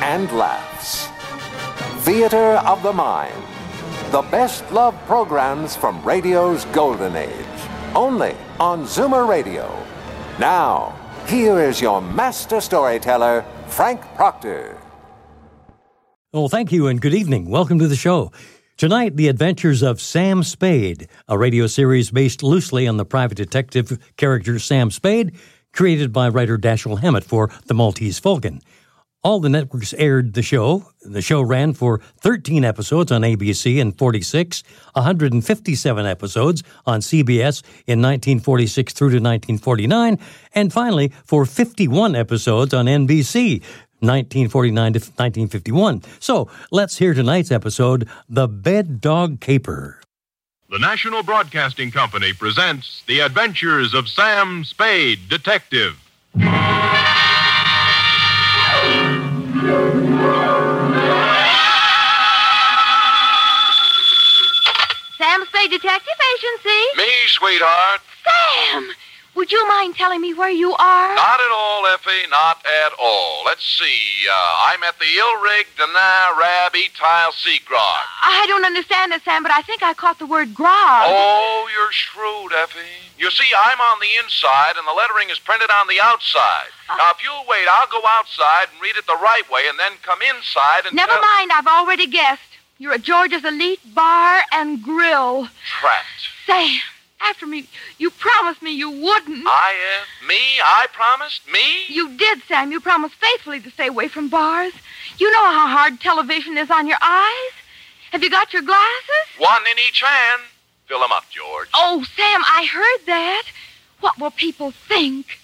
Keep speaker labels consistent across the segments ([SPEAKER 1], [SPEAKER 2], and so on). [SPEAKER 1] and laughs. Theater of the Mind. The best love programs from radio's golden age. Only on Zoomer Radio. Now, here is your master storyteller, Frank Proctor.
[SPEAKER 2] Well, thank you and good evening. Welcome to the show. Tonight, the adventures of Sam Spade, a radio series based loosely on the private detective character Sam Spade, created by writer Dashiell Hammett for The Maltese Falcon. All the networks aired the show. The show ran for 13 episodes on ABC in 46, 157 episodes on CBS in 1946 through to 1949, and finally for 51 episodes on NBC 1949 to 1951. So let's hear tonight's episode The Bed Dog Caper.
[SPEAKER 3] The National Broadcasting Company presents The Adventures of Sam Spade, Detective.
[SPEAKER 4] Sam Spade Detective Agency.
[SPEAKER 5] Me, sweetheart.
[SPEAKER 4] Sam, would you mind telling me where you are?
[SPEAKER 5] Not at all, Effie. Not at all. Let's see. Uh, I'm at the Ilrig Dana Rab Etile Seagrog.
[SPEAKER 4] I don't understand it, Sam, but I think I caught the word grog.
[SPEAKER 5] Oh, you're shrewd, Effie. You see, I'm on the inside, and the lettering is printed on the outside.
[SPEAKER 4] Ah.
[SPEAKER 5] Now, if you'll wait, I'll go outside and read it the right way, and then come inside and
[SPEAKER 4] Never
[SPEAKER 5] tell-
[SPEAKER 4] mind, I've already guessed. You're at George's Elite Bar and Grill.
[SPEAKER 5] Trapped.
[SPEAKER 4] Sam, after me, you promised me you wouldn't.
[SPEAKER 5] I am. Me? I promised? Me?
[SPEAKER 4] You did, Sam. You promised faithfully to stay away from bars. You know how hard television is on your eyes. Have you got your glasses?
[SPEAKER 5] One in each hand. Fill 'em up, George.
[SPEAKER 4] Oh, Sam, I heard that. What will people think?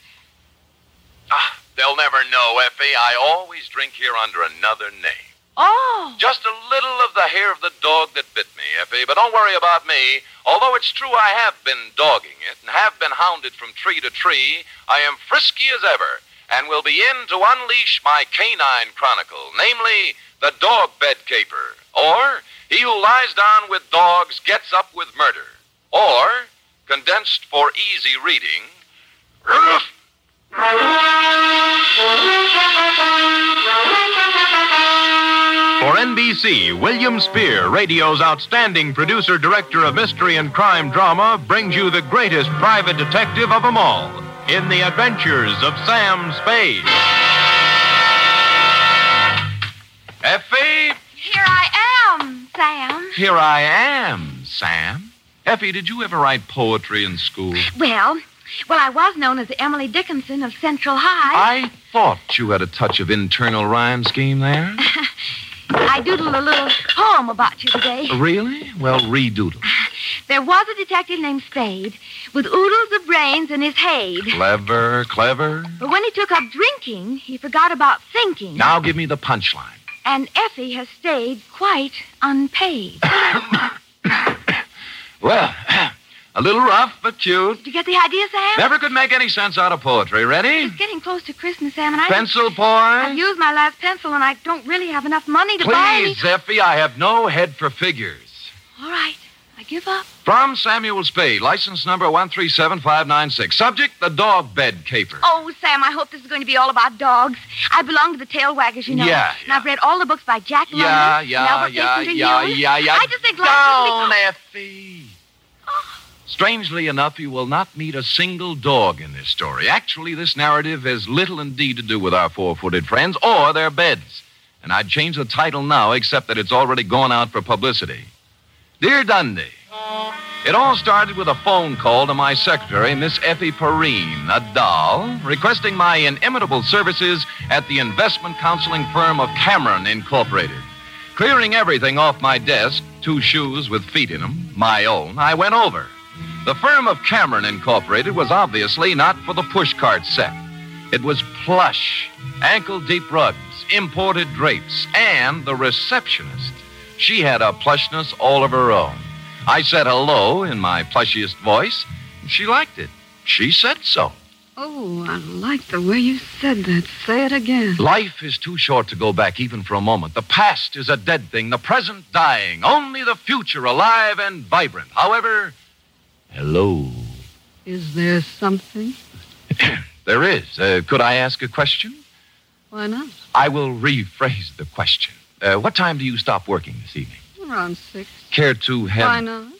[SPEAKER 5] Ah, they'll never know, Effie. I always drink here under another name.
[SPEAKER 4] Oh,
[SPEAKER 5] Just a little of the hair of the dog that bit me, Effie. But don't worry about me. Although it's true I have been dogging it and have been hounded from tree to tree, I am frisky as ever and will be in to unleash my canine chronicle, namely, the dog bed caper, or he who lies down with dogs gets up with murder, or, condensed for easy reading, Roof!
[SPEAKER 3] For NBC, William Spear, radio's outstanding producer director of mystery and crime drama, brings you the greatest private detective of them all in The Adventures of Sam Spade. Effie,
[SPEAKER 4] here I am, Sam.
[SPEAKER 3] here I am, Sam. Effie, did you ever write poetry in school?
[SPEAKER 4] Well, well, I was known as Emily Dickinson of Central High.
[SPEAKER 3] I thought you had a touch of internal rhyme scheme there.
[SPEAKER 4] I doodled a little poem about you today.
[SPEAKER 3] Really? Well, redoodle.
[SPEAKER 4] There was a detective named Spade with oodles of brains in his head.
[SPEAKER 3] Clever, clever.
[SPEAKER 4] But when he took up drinking, he forgot about thinking.
[SPEAKER 3] Now give me the punchline.
[SPEAKER 4] And Effie has stayed quite unpaid.
[SPEAKER 3] Well, a little rough, but cute.
[SPEAKER 4] Did you get the idea, Sam?
[SPEAKER 3] Never could make any sense out of poetry. Ready?
[SPEAKER 4] It's getting close to Christmas, Sam, and I...
[SPEAKER 3] Pencil
[SPEAKER 4] I've
[SPEAKER 3] point.
[SPEAKER 4] used my last pencil, and I don't really have enough money to buy any...
[SPEAKER 3] Please, Effie, I have no head for figures.
[SPEAKER 4] All right, I give up.
[SPEAKER 3] From Samuel Spade, license number 137596. Subject, the dog bed caper.
[SPEAKER 4] Oh, Sam, I hope this is going to be all about dogs. I belong to the tail waggers, you know.
[SPEAKER 3] Yeah,
[SPEAKER 4] And
[SPEAKER 3] yeah.
[SPEAKER 4] I've read all the books by Jack London.
[SPEAKER 3] yeah,
[SPEAKER 4] and
[SPEAKER 3] yeah,
[SPEAKER 4] Albert
[SPEAKER 3] yeah,
[SPEAKER 4] Bissinger
[SPEAKER 3] yeah,
[SPEAKER 4] Young.
[SPEAKER 3] yeah, yeah.
[SPEAKER 4] I just think life
[SPEAKER 3] Down,
[SPEAKER 4] is
[SPEAKER 3] Effie. Strangely enough, you will not meet a single dog in this story. Actually, this narrative has little indeed to do with our four footed friends or their beds. And I'd change the title now, except that it's already gone out for publicity. Dear Dundee, it all started with a phone call to my secretary, Miss Effie Perrine, a doll, requesting my inimitable services at the investment counseling firm of Cameron Incorporated. Clearing everything off my desk, two shoes with feet in them, my own, I went over. The firm of Cameron Incorporated was obviously not for the pushcart set. It was plush, ankle deep rugs, imported drapes, and the receptionist. She had a plushness all of her own. I said hello in my plushiest voice, and she liked it. She said so.
[SPEAKER 6] Oh, I like the way you said that. Say it again.
[SPEAKER 3] Life is too short to go back even for a moment. The past is a dead thing, the present dying, only the future alive and vibrant. However, hello.
[SPEAKER 6] Is there something?
[SPEAKER 3] There is. Uh, could I ask a question?
[SPEAKER 6] Why not?
[SPEAKER 3] I will rephrase the question. Uh, what time do you stop working this evening?
[SPEAKER 6] Around six.
[SPEAKER 3] Care to have.
[SPEAKER 6] Why not?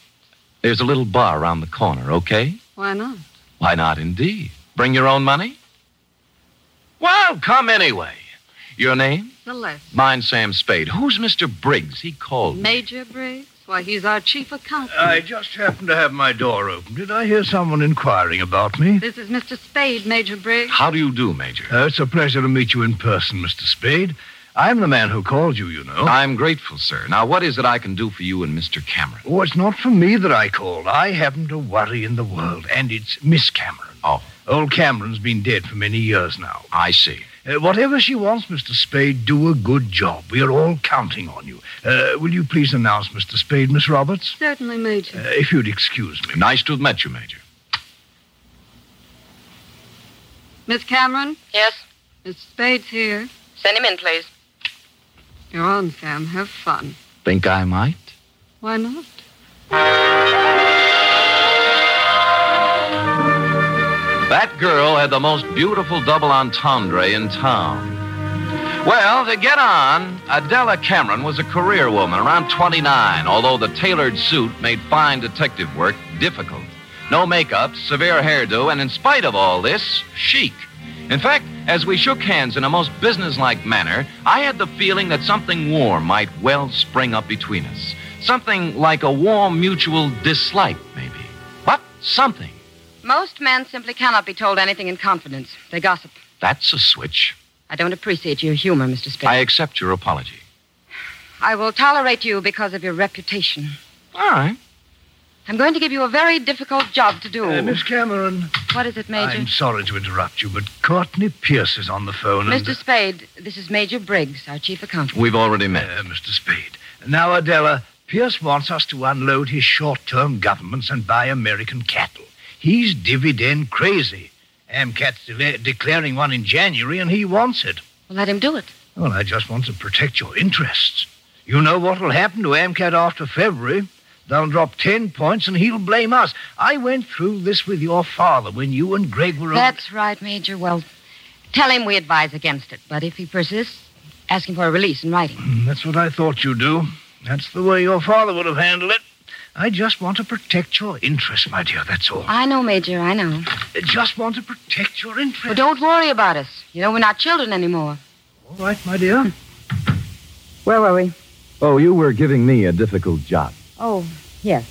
[SPEAKER 3] There's a little bar around the corner, okay?
[SPEAKER 6] Why not?
[SPEAKER 3] Why not, indeed? Bring your own money? Well, come anyway. Your name?
[SPEAKER 6] The less.
[SPEAKER 3] Mine's Sam Spade. Who's Mr. Briggs? He called. me.
[SPEAKER 6] Major Briggs? Why, he's our chief accountant.
[SPEAKER 7] I just happened to have my door open. Did I hear someone inquiring about me?
[SPEAKER 6] This is Mr. Spade, Major Briggs.
[SPEAKER 3] How do you do, Major?
[SPEAKER 7] Uh, it's a pleasure to meet you in person, Mr. Spade. I'm the man who called you, you know.
[SPEAKER 3] I'm grateful, sir. Now, what is it I can do for you and Mr. Cameron?
[SPEAKER 7] Oh, it's not for me that I called. I haven't a worry in the world, and it's Miss Cameron.
[SPEAKER 3] Oh.
[SPEAKER 7] Old Cameron's been dead for many years now.
[SPEAKER 3] I see.
[SPEAKER 7] Uh, whatever she wants, Mr. Spade, do a good job. We are all counting on you. Uh, will you please announce Mr. Spade, Miss Roberts?
[SPEAKER 6] Certainly, Major.
[SPEAKER 7] Uh, if you'd excuse me.
[SPEAKER 3] Nice to have met you, Major.
[SPEAKER 6] Miss Cameron,
[SPEAKER 8] Yes?
[SPEAKER 6] Miss Spade's here.
[SPEAKER 8] Send him in, please.
[SPEAKER 6] You're on, Sam. Have fun.
[SPEAKER 3] Think I might?
[SPEAKER 6] Why not?
[SPEAKER 3] That girl had the most beautiful double entendre in town. Well, to get on, Adela Cameron was a career woman around 29, although the tailored suit made fine detective work difficult. No makeup, severe hairdo, and in spite of all this, chic. In fact, as we shook hands in a most businesslike manner, I had the feeling that something warm might well spring up between us. Something like a warm mutual dislike, maybe. But something.
[SPEAKER 8] Most men simply cannot be told anything in confidence. They gossip.
[SPEAKER 3] That's a switch.
[SPEAKER 8] I don't appreciate your humor, Mr. Spade.
[SPEAKER 3] I accept your apology.
[SPEAKER 8] I will tolerate you because of your reputation.
[SPEAKER 3] All right.
[SPEAKER 8] I'm going to give you a very difficult job to do.
[SPEAKER 7] Uh, Miss Cameron,
[SPEAKER 8] What is it, Major?
[SPEAKER 7] I'm sorry to interrupt you, but Courtney Pierce is on the phone. and-
[SPEAKER 8] Mr. Spade, this is Major Briggs, our chief accountant.
[SPEAKER 3] We've already met.
[SPEAKER 7] Uh, Mr. Spade. Now, Adela, Pierce wants us to unload his short term governments and buy American cattle. He's dividend crazy. AMCAT's de- declaring one in January, and he wants it.
[SPEAKER 8] Well, let him do it.
[SPEAKER 7] Well, I just want to protect your interests. You know what'll happen to AMCAT after February. They'll drop ten points, and he'll blame us. I went through this with your father when you and Greg were on-
[SPEAKER 8] That's right, Major. Well, tell him we advise against it. But if he persists, ask him for a release in writing.
[SPEAKER 7] That's what I thought you'd do. That's the way your father would have handled it. I just want to protect your interests, my dear, that's all.
[SPEAKER 8] I know, Major. I know.
[SPEAKER 7] I just want to protect your interests.
[SPEAKER 8] Well, don't worry about us. You know, we're not children anymore.
[SPEAKER 7] All right, my dear.
[SPEAKER 8] Where were we?
[SPEAKER 9] Oh, you were giving me a difficult job.
[SPEAKER 8] Oh, yes.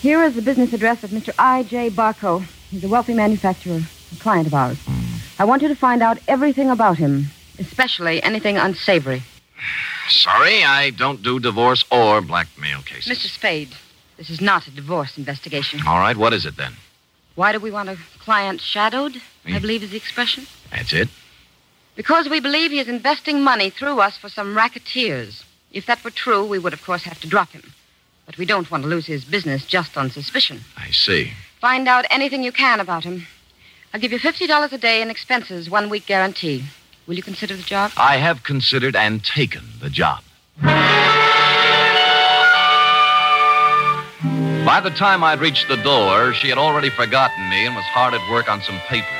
[SPEAKER 8] Here is the business address of Mr. I.J. Barco. He's a wealthy manufacturer, a client of ours.
[SPEAKER 3] Hmm.
[SPEAKER 8] I want you to find out everything about him, especially anything unsavory.
[SPEAKER 3] Sorry, I don't do divorce or blackmail cases.
[SPEAKER 8] Mr. Spade, this is not a divorce investigation.
[SPEAKER 3] All right, what is it then?
[SPEAKER 8] Why do we want a client shadowed? I
[SPEAKER 3] Hmm.
[SPEAKER 8] believe is the expression.
[SPEAKER 3] That's it.
[SPEAKER 8] Because we believe he is investing money through us for some racketeers. If that were true, we would, of course, have to drop him. But we don't want to lose his business just on suspicion.
[SPEAKER 3] I see.
[SPEAKER 8] Find out anything you can about him. I'll give you $50 a day in expenses, one week guarantee. Will you consider the job?
[SPEAKER 3] I have considered and taken the job. By the time I'd reached the door, she had already forgotten me and was hard at work on some papers.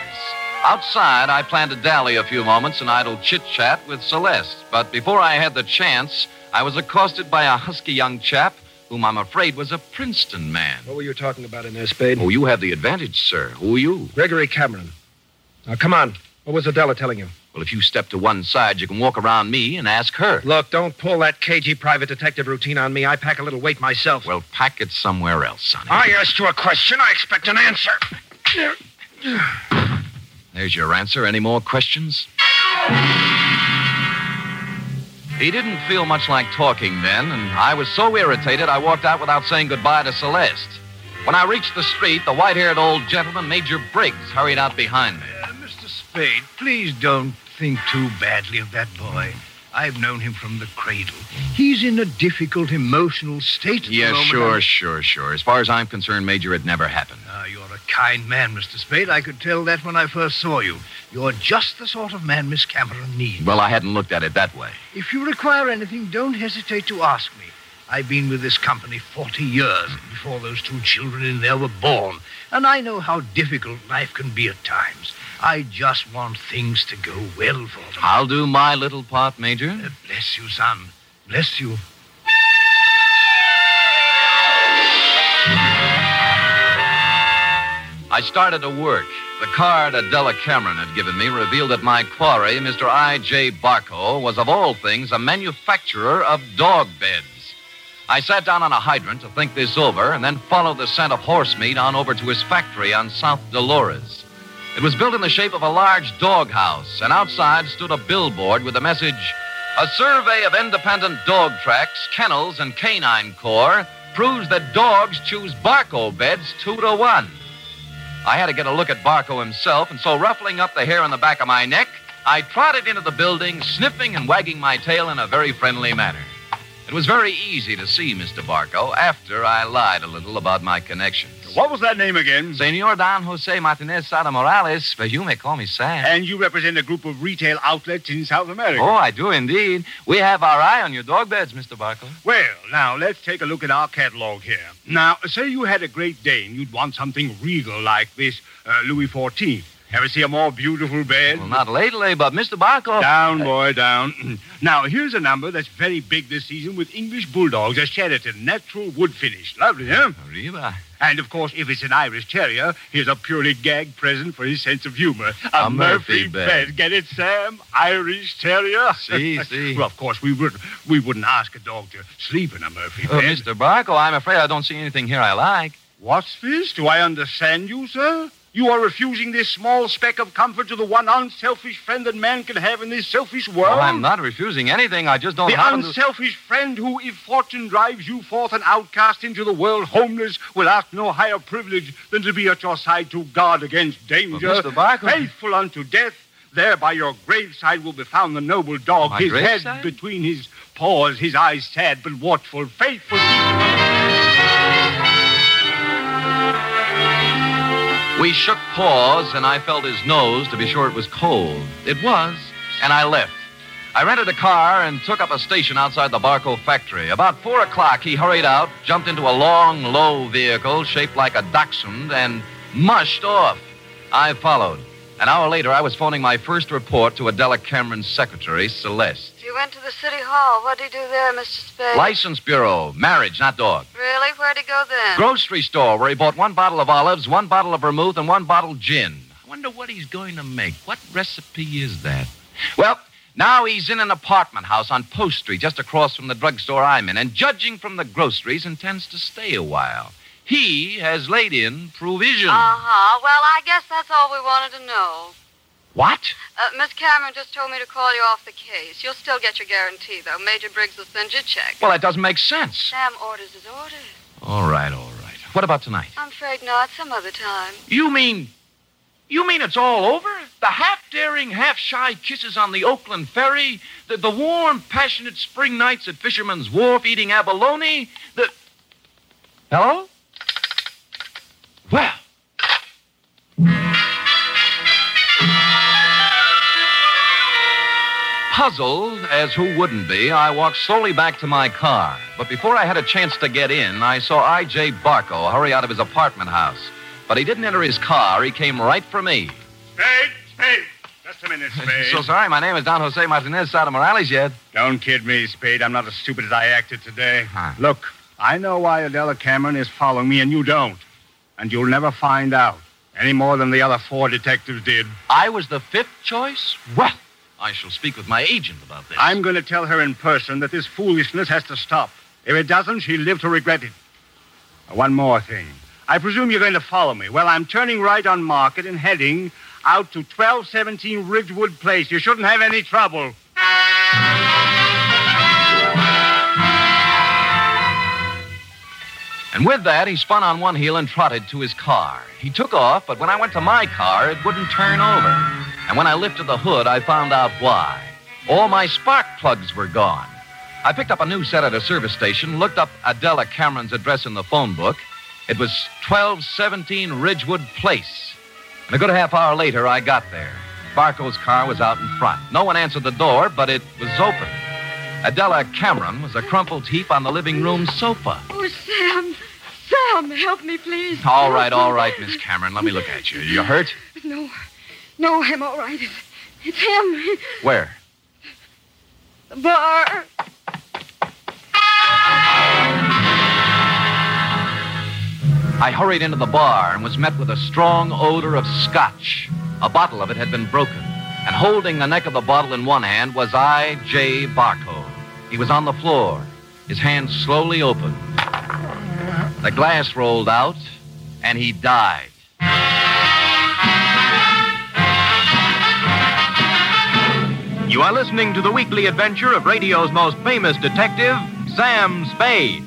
[SPEAKER 3] Outside, I planned to dally a few moments in idle chit chat with Celeste, but before I had the chance, I was accosted by a husky young chap whom I'm afraid was a Princeton man.
[SPEAKER 10] What were you talking about in there, Spade?
[SPEAKER 3] Oh, you have the advantage, sir. Who are you?
[SPEAKER 10] Gregory Cameron. Now, come on. What was Adela telling you?
[SPEAKER 3] Well, if you step to one side, you can walk around me and ask her.
[SPEAKER 10] Look, don't pull that cagey private detective routine on me. I pack a little weight myself.
[SPEAKER 3] Well, pack it somewhere else, Sonny.
[SPEAKER 10] I asked you a question. I expect an answer.
[SPEAKER 3] There's your answer. Any more questions? He didn't feel much like talking then, and I was so irritated I walked out without saying goodbye to Celeste. When I reached the street, the white haired old gentleman, Major Briggs, hurried out behind me.
[SPEAKER 7] Uh, Mr. Spade, please don't think too badly of that boy. I've known him from the cradle. He's in a difficult emotional state at the
[SPEAKER 3] Yeah,
[SPEAKER 7] moment.
[SPEAKER 3] sure,
[SPEAKER 7] I'm-
[SPEAKER 3] sure, sure. As far as I'm concerned, Major, it never happened.
[SPEAKER 7] Now, you're a kind man, Mr. Spade. I could tell that when I first saw you. You're just the sort of man Miss Cameron needs.
[SPEAKER 3] Well, I hadn't looked at it that way.
[SPEAKER 7] If you require anything, don't hesitate to ask me. I've been with this company 40 years before those two children in there were born, and I know how difficult life can be at times. I just want things to go well for them.
[SPEAKER 3] I'll do my little part, Major.
[SPEAKER 7] Bless you, son. Bless you.
[SPEAKER 3] I started to work. The card Adela Cameron had given me revealed that my quarry, Mr. I.J. Barco, was of all things a manufacturer of dog beds. I sat down on a hydrant to think this over and then followed the scent of horse meat on over to his factory on South Dolores. It was built in the shape of a large dog house, and outside stood a billboard with the message A survey of independent dog tracks, kennels, and canine corps proves that dogs choose Barco beds two to one. I had to get a look at Barco himself, and so ruffling up the hair on the back of my neck, I trotted into the building, sniffing and wagging my tail in a very friendly manner. It was very easy to see Mr. Barco after I lied a little about my connections.
[SPEAKER 11] What was that name again?
[SPEAKER 3] Senor Don Jose Martinez Sada Morales, but you may call me Sam.
[SPEAKER 11] And you represent a group of retail outlets in South America.
[SPEAKER 3] Oh, I do indeed. We have our eye on your dog beds, Mr. Barco.
[SPEAKER 11] Well, now let's take a look at our catalog here. Now, say you had a great Dane, you'd want something regal like this uh, Louis XIV. Ever see a more beautiful bed? Well,
[SPEAKER 3] not lately, but Mr. Barco.
[SPEAKER 11] Down, boy, down. now, here's a number that's very big this season with English Bulldogs, a Sheraton, natural wood finish. Lovely, huh?
[SPEAKER 3] Arriba.
[SPEAKER 11] And, of course, if it's an Irish Terrier, here's a purely gag present for his sense of humor.
[SPEAKER 3] A Murphy bed.
[SPEAKER 11] Get it, Sam? Irish Terrier?
[SPEAKER 3] See, see.
[SPEAKER 11] well, of course, we, would, we wouldn't ask a dog to sleep in a Murphy
[SPEAKER 3] Oh,
[SPEAKER 11] bed.
[SPEAKER 3] Mr. Barco, I'm afraid I don't see anything here I like.
[SPEAKER 11] What's this? Do I understand you, sir? You are refusing this small speck of comfort to the one unselfish friend that man can have in this selfish world?
[SPEAKER 3] Well, I'm not refusing anything. I just don't
[SPEAKER 11] the
[SPEAKER 3] happen to-
[SPEAKER 11] unselfish friend who, if fortune drives you forth an outcast into the world homeless, will ask no higher privilege than to be at your side to guard against danger.
[SPEAKER 3] Mr. Barker-
[SPEAKER 11] Faithful unto death, there by your graveside will be found the noble dog,
[SPEAKER 3] My
[SPEAKER 11] his
[SPEAKER 3] graveside?
[SPEAKER 11] head between his paws, his eyes sad but watchful, faithful.
[SPEAKER 3] We shook paws, and I felt his nose to be sure it was cold. It was, and I left. I rented a car and took up a station outside the Barco factory. About four o'clock, he hurried out, jumped into a long, low vehicle shaped like a dachshund, and mushed off. I followed. An hour later, I was phoning my first report to Adela Cameron's secretary, Celeste.
[SPEAKER 8] You went to the city hall. What did you do there, Mr. Spade?
[SPEAKER 3] License Bureau, marriage, not dog.
[SPEAKER 8] Really? Where'd he go then?
[SPEAKER 3] Grocery store, where he bought one bottle of olives, one bottle of vermouth, and one bottle gin. I wonder what he's going to make. What recipe is that? Well, now he's in an apartment house on Post Street, just across from the drugstore I'm in, and judging from the groceries, intends to stay a while. He has laid in provision.
[SPEAKER 6] Uh.
[SPEAKER 8] Uh-huh. Well, I guess that's all we wanted to know.
[SPEAKER 3] What?
[SPEAKER 8] Uh, Miss Cameron just told me to call you off the case. You'll still get your guarantee, though. Major Briggs will send you a check.
[SPEAKER 3] Well, that doesn't make sense.
[SPEAKER 8] Sam orders his orders.
[SPEAKER 3] All right, all right. What about tonight?
[SPEAKER 8] I'm afraid not. Some other time.
[SPEAKER 3] You mean. You mean it's all over? The half daring, half shy kisses on the Oakland ferry? The, the warm, passionate spring nights at Fisherman's Wharf eating abalone? The. Hello? Well. Puzzled, as who wouldn't be, I walked slowly back to my car. But before I had a chance to get in, I saw I.J. Barco hurry out of his apartment house. But he didn't enter his car, he came right for me.
[SPEAKER 11] Spade, Spade, just a minute, Spade.
[SPEAKER 3] So sorry, my name is Don Jose Martinez Sada Morales yet.
[SPEAKER 11] Don't kid me, Spade. I'm not as stupid as I acted today. Look, I know why Adela Cameron is following me, and you don't. And you'll never find out, any more than the other four detectives did.
[SPEAKER 3] I was the fifth choice? Well, I shall speak with my agent about this.
[SPEAKER 11] I'm going to tell her in person that this foolishness has to stop. If it doesn't, she'll live to regret it. One more thing. I presume you're going to follow me. Well, I'm turning right on Market and heading out to 1217 Ridgewood Place. You shouldn't have any trouble.
[SPEAKER 3] And with that, he spun on one heel and trotted to his car. He took off, but when I went to my car, it wouldn't turn over. And when I lifted the hood, I found out why. All my spark plugs were gone. I picked up a new set at a service station, looked up Adela Cameron's address in the phone book. It was 1217 Ridgewood Place. And a good half hour later, I got there. Barco's car was out in front. No one answered the door, but it was open. Adela Cameron was a crumpled heap on the living room sofa.
[SPEAKER 6] Oh, Sam. Sam, help me, please.
[SPEAKER 3] All right, all right, Miss Cameron. Let me look at you. You hurt?
[SPEAKER 6] No. No, I'm all right. It's, it's him.
[SPEAKER 3] Where?
[SPEAKER 6] The bar.
[SPEAKER 3] I hurried into the bar and was met with a strong odor of scotch. A bottle of it had been broken, and holding the neck of the bottle in one hand was I. J. Barco. He was on the floor, his hand slowly opened. The glass rolled out, and he died.
[SPEAKER 5] You are listening to the weekly adventure of radio's most famous detective, Sam Spade.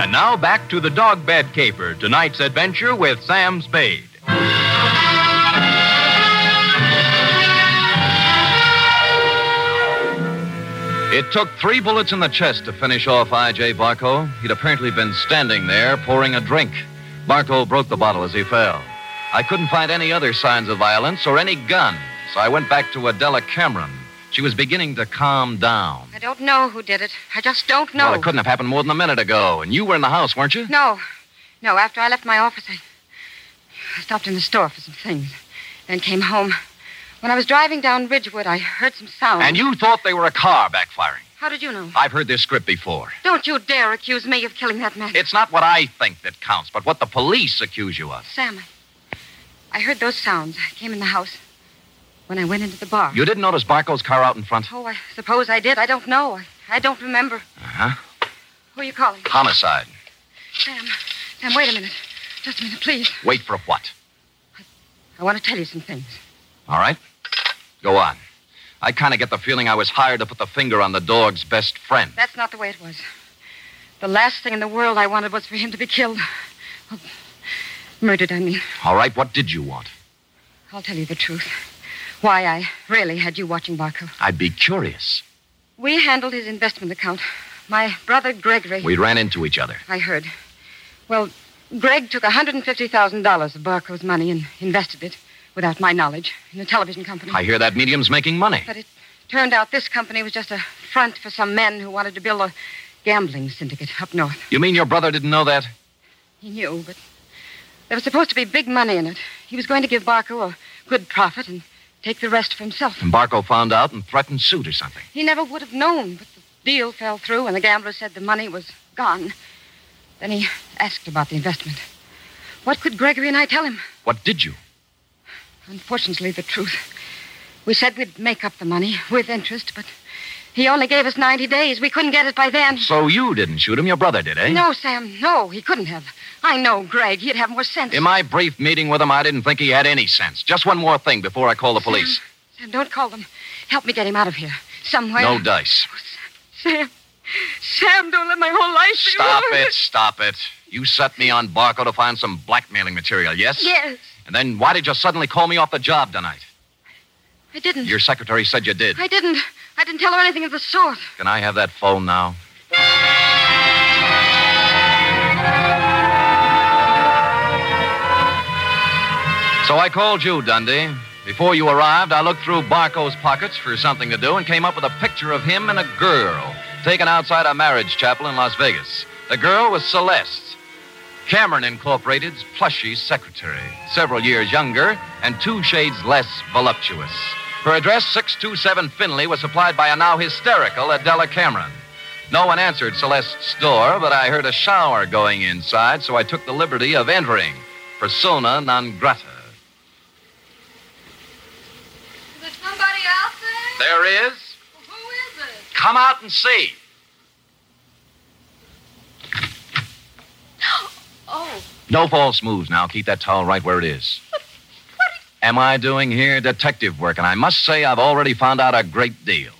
[SPEAKER 5] And now back to the dog bed caper, tonight's adventure with Sam Spade.
[SPEAKER 3] It took three bullets in the chest to finish off I.J. Barco. He'd apparently been standing there pouring a drink. Barco broke the bottle as he fell. I couldn't find any other signs of violence or any gun, so I went back to Adela Cameron. She was beginning to calm down.
[SPEAKER 8] I don't know who did it. I just don't know.
[SPEAKER 3] Well, it couldn't have happened more than a minute ago, and you were in the house, weren't you?
[SPEAKER 8] No. No, after I left my office, I, I stopped in the store for some things, then came home. When I was driving down Ridgewood, I heard some sound.
[SPEAKER 3] And you thought they were a car backfiring.
[SPEAKER 8] How did you know?
[SPEAKER 3] I've heard this script before.
[SPEAKER 8] Don't you dare accuse me of killing that man.
[SPEAKER 3] It's not what I think that counts, but what the police accuse you of.
[SPEAKER 8] Sam, I- I heard those sounds. I came in the house. When I went into the bar.
[SPEAKER 3] You didn't notice Barco's car out in front?
[SPEAKER 8] Oh, I suppose I did. I don't know. I, I don't remember.
[SPEAKER 3] Uh-huh.
[SPEAKER 8] Who are you calling?
[SPEAKER 3] Homicide.
[SPEAKER 8] Sam. Sam, wait a minute. Just a minute, please.
[SPEAKER 3] Wait for what?
[SPEAKER 8] I want to tell you some things.
[SPEAKER 3] All right. Go on. I kind of get the feeling I was hired to put the finger on the dog's best friend.
[SPEAKER 8] That's not the way it was. The last thing in the world I wanted was for him to be killed. Well, Murdered, I mean.
[SPEAKER 3] All right, what did you want?
[SPEAKER 8] I'll tell you the truth. Why I really had you watching Barco.
[SPEAKER 3] I'd be curious.
[SPEAKER 8] We handled his investment account. My brother Gregory.
[SPEAKER 3] We ran into each other.
[SPEAKER 8] I heard. Well, Greg took $150,000 of Barco's money and invested it, without my knowledge, in a television company.
[SPEAKER 3] I hear that medium's making money.
[SPEAKER 8] But it turned out this company was just a front for some men who wanted to build a gambling syndicate up north.
[SPEAKER 3] You mean your brother didn't know that?
[SPEAKER 8] He knew, but there was supposed to be big money in it. He was going to give Barco a good profit and take the rest for himself.
[SPEAKER 3] And Barco found out and threatened suit or something.
[SPEAKER 8] He never would have known, but the deal fell through, and the gambler said the money was gone. Then he asked about the investment. What could Gregory and I tell him?
[SPEAKER 3] What did you?
[SPEAKER 8] Unfortunately, the truth. We said we'd make up the money with interest, but he only gave us 90 days. We couldn't get it by then.
[SPEAKER 3] So you didn't shoot him, your brother did, eh?
[SPEAKER 8] No, Sam, no, he couldn't have. I know Greg. He'd have more sense.
[SPEAKER 3] In my brief meeting with him, I didn't think he had any sense. Just one more thing before I call the police.
[SPEAKER 8] Sam, don't call them. Help me get him out of here. Somewhere.
[SPEAKER 3] No dice.
[SPEAKER 8] Sam. Sam, don't let my whole life be
[SPEAKER 3] Stop
[SPEAKER 8] ruined.
[SPEAKER 3] it, stop it. You set me on Barco to find some blackmailing material, yes?
[SPEAKER 8] Yes,
[SPEAKER 3] And then why did you suddenly call me off the job tonight?
[SPEAKER 8] I didn't.
[SPEAKER 3] Your secretary said you did.
[SPEAKER 8] I didn't. I didn't tell her anything of the sort.
[SPEAKER 3] Can I have that phone now? So I called you, Dundee. Before you arrived, I looked through Barco's pockets for something to do and came up with a picture of him and a girl taken outside a marriage chapel in Las Vegas. The girl was Celeste, Cameron Incorporated's plushy secretary, several years younger and two shades less voluptuous. Her address, 627 Finley, was supplied by a now hysterical Adela Cameron. No one answered Celeste's door, but I heard a shower going inside, so I took the liberty of entering. Persona non grata.
[SPEAKER 8] Is there somebody else there?
[SPEAKER 3] There is.
[SPEAKER 8] Who is it?
[SPEAKER 3] Come out and see.
[SPEAKER 8] Oh,
[SPEAKER 3] No false moves now. Keep that towel right where it is. Am I doing here detective work? And I must say, I've already found out a great deal.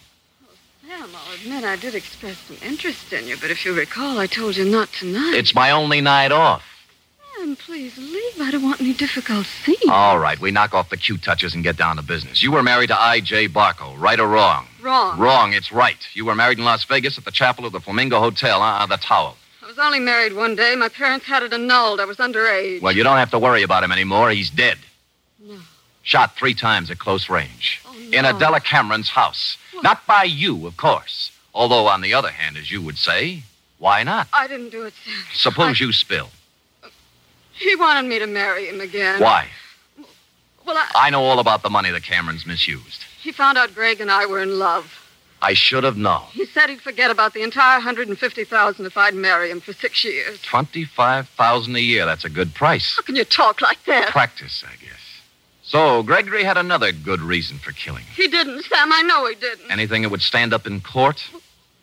[SPEAKER 6] Sam, I'll admit I did express some interest in you, but if you recall, I told you not tonight.
[SPEAKER 3] It's my only night off.
[SPEAKER 6] Sam, please leave. I don't want any difficult scenes.
[SPEAKER 3] All right, we knock off the cute touches and get down to business. You were married to I.J. Barco, right or wrong?
[SPEAKER 6] Wrong.
[SPEAKER 3] Wrong, it's right. You were married in Las Vegas at the chapel of the Flamingo Hotel, uh, the towel.
[SPEAKER 6] I was only married one day. My parents had it annulled. I was underage.
[SPEAKER 3] Well, you don't have to worry about him anymore. He's dead.
[SPEAKER 6] No.
[SPEAKER 3] Shot three times at close range.
[SPEAKER 6] Oh,
[SPEAKER 3] In
[SPEAKER 6] no.
[SPEAKER 3] Adela Cameron's house. Not by you, of course. Although, on the other hand, as you would say, why not?
[SPEAKER 6] I didn't do it, Sam.
[SPEAKER 3] Suppose you spill.
[SPEAKER 6] He wanted me to marry him again.
[SPEAKER 3] Why?
[SPEAKER 6] Well, I,
[SPEAKER 3] I know all about the money the Camerons misused.
[SPEAKER 6] he found out Greg and I were in love.
[SPEAKER 3] I should have known.
[SPEAKER 6] He said he'd forget about the entire 150000 if I'd marry him for six years.
[SPEAKER 3] 25000 a year. That's a good price.
[SPEAKER 6] How can you talk like that?
[SPEAKER 3] Practice, I guess. So, Gregory had another good reason for killing.
[SPEAKER 6] He didn't, Sam. I know he didn't.
[SPEAKER 3] Anything that would stand up in court?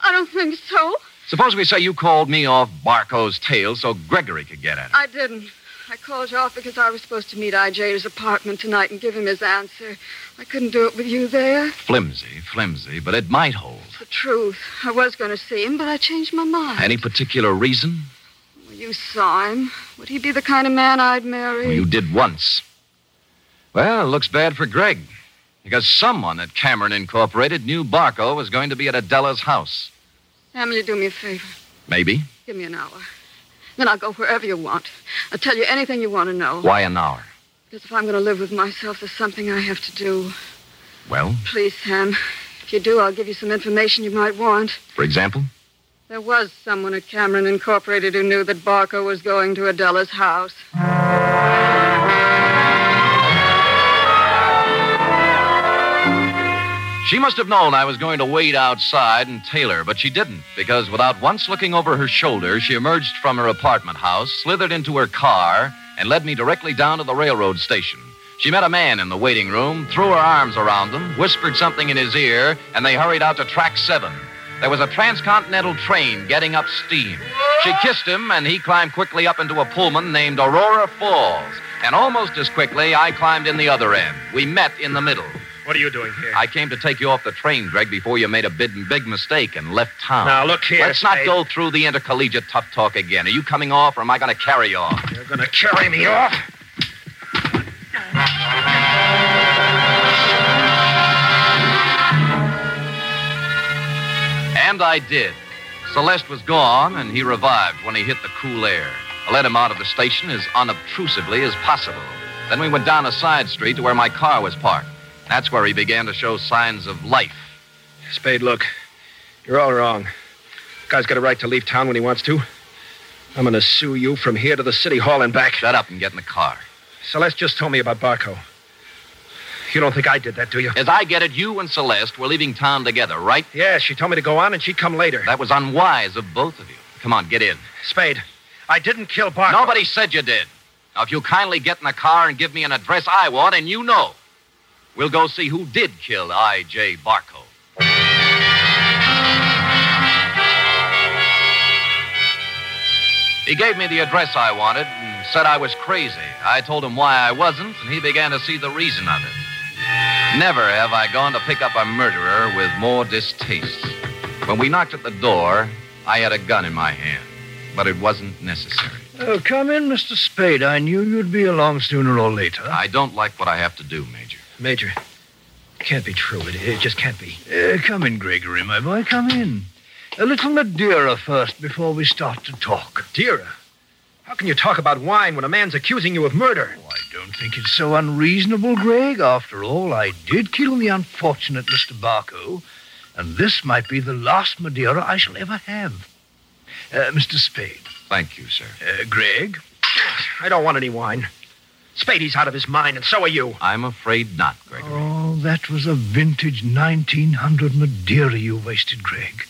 [SPEAKER 6] I don't think so.
[SPEAKER 3] Suppose we say you called me off Barco's tail so Gregory could get at it.
[SPEAKER 6] I didn't. I called you off because I was supposed to meet I.J. at his apartment tonight and give him his answer. I couldn't do it with you there.
[SPEAKER 3] Flimsy, flimsy, but it might hold.
[SPEAKER 6] The truth. I was going to see him, but I changed my mind.
[SPEAKER 3] Any particular reason?
[SPEAKER 6] Well, you saw him. Would he be the kind of man I'd marry?
[SPEAKER 3] Well, you did once. Well, it looks bad for Greg. Because someone at Cameron Incorporated knew Barco was going to be at Adela's house.
[SPEAKER 6] Sam, will you do me a favor?
[SPEAKER 3] Maybe.
[SPEAKER 6] Give me an hour. Then I'll go wherever you want. I'll tell you anything you want to know.
[SPEAKER 3] Why an hour?
[SPEAKER 6] Because if I'm going to live with myself, there's something I have to do.
[SPEAKER 3] Well,
[SPEAKER 6] Please, Sam. If you do, I'll give you some information you might want.
[SPEAKER 3] for example?
[SPEAKER 6] There was someone at Cameron Incorporated who knew that Barker was going to Adela's house.
[SPEAKER 3] She must have known I was going to wait outside and tailor, but she didn't, because without once looking over her shoulder, she emerged from her apartment house, slithered into her car, and led me directly down to the railroad station. She met a man in the waiting room, threw her arms around him, whispered something in his ear, and they hurried out to track seven. There was a transcontinental train getting up steam. She kissed him, and he climbed quickly up into a pullman named Aurora Falls. And almost as quickly, I climbed in the other end. We met in the middle.
[SPEAKER 12] What are you doing here?
[SPEAKER 3] I came to take you off the train, Greg, before you made a big, big mistake and left town.
[SPEAKER 12] Now, look here,
[SPEAKER 3] Let's not
[SPEAKER 12] Spade.
[SPEAKER 3] go through the intercollegiate tough talk again. Are you coming off, or am I going to carry you off?
[SPEAKER 12] You're going to carry me off?
[SPEAKER 3] And I did. Celeste was gone, and he revived when he hit the cool air. I led him out of the station as unobtrusively as possible. Then we went down a side street to where my car was parked. That's where he began to show signs of life.
[SPEAKER 12] Spade, look. You're all wrong. Guy's got a right to leave town when he wants to. I'm going to sue you from here to the city hall and back.
[SPEAKER 3] Shut up and get in the car.
[SPEAKER 12] Celeste just told me about Barco. You don't think I did that, do you?
[SPEAKER 3] As I get it, you and Celeste were leaving town together, right?
[SPEAKER 12] Yeah, she told me to go on and she'd come later.
[SPEAKER 3] That was unwise of both of you. Come on, get in.
[SPEAKER 12] Spade, I didn't kill Barco.
[SPEAKER 3] Nobody said you did. Now, if you'll kindly get in the car and give me an address I want, and you know, we'll go see who did kill I.J. Barco. He gave me the address I wanted and said I was crazy. I told him why I wasn't, and he began to see the reason of it. Never have I gone to pick up a murderer with more distaste. When we knocked at the door, I had a gun in my hand, but it wasn't necessary.
[SPEAKER 7] Oh, come in, Mr. Spade. I knew you'd be along sooner or later.
[SPEAKER 3] I don't like what I have to do, Major.
[SPEAKER 7] Major, it can't be true. It, it just can't be. Uh, come in, Gregory, my boy. Come in. A little Madeira first before we start to talk.
[SPEAKER 12] Dear, how can you talk about wine when a man's accusing you of murder?
[SPEAKER 7] Oh, I don't think it's so unreasonable, Greg. After all, I did kill the unfortunate Mr. Barco, and this might be the last Madeira I shall ever have. Uh, Mr. Spade.
[SPEAKER 3] Thank you, sir.
[SPEAKER 7] Uh, Greg?
[SPEAKER 12] I don't want any wine. Spadey's out of his mind, and so are you.
[SPEAKER 3] I'm afraid not, Gregory.
[SPEAKER 7] Oh, that was a vintage 1900 Madeira you wasted, Greg.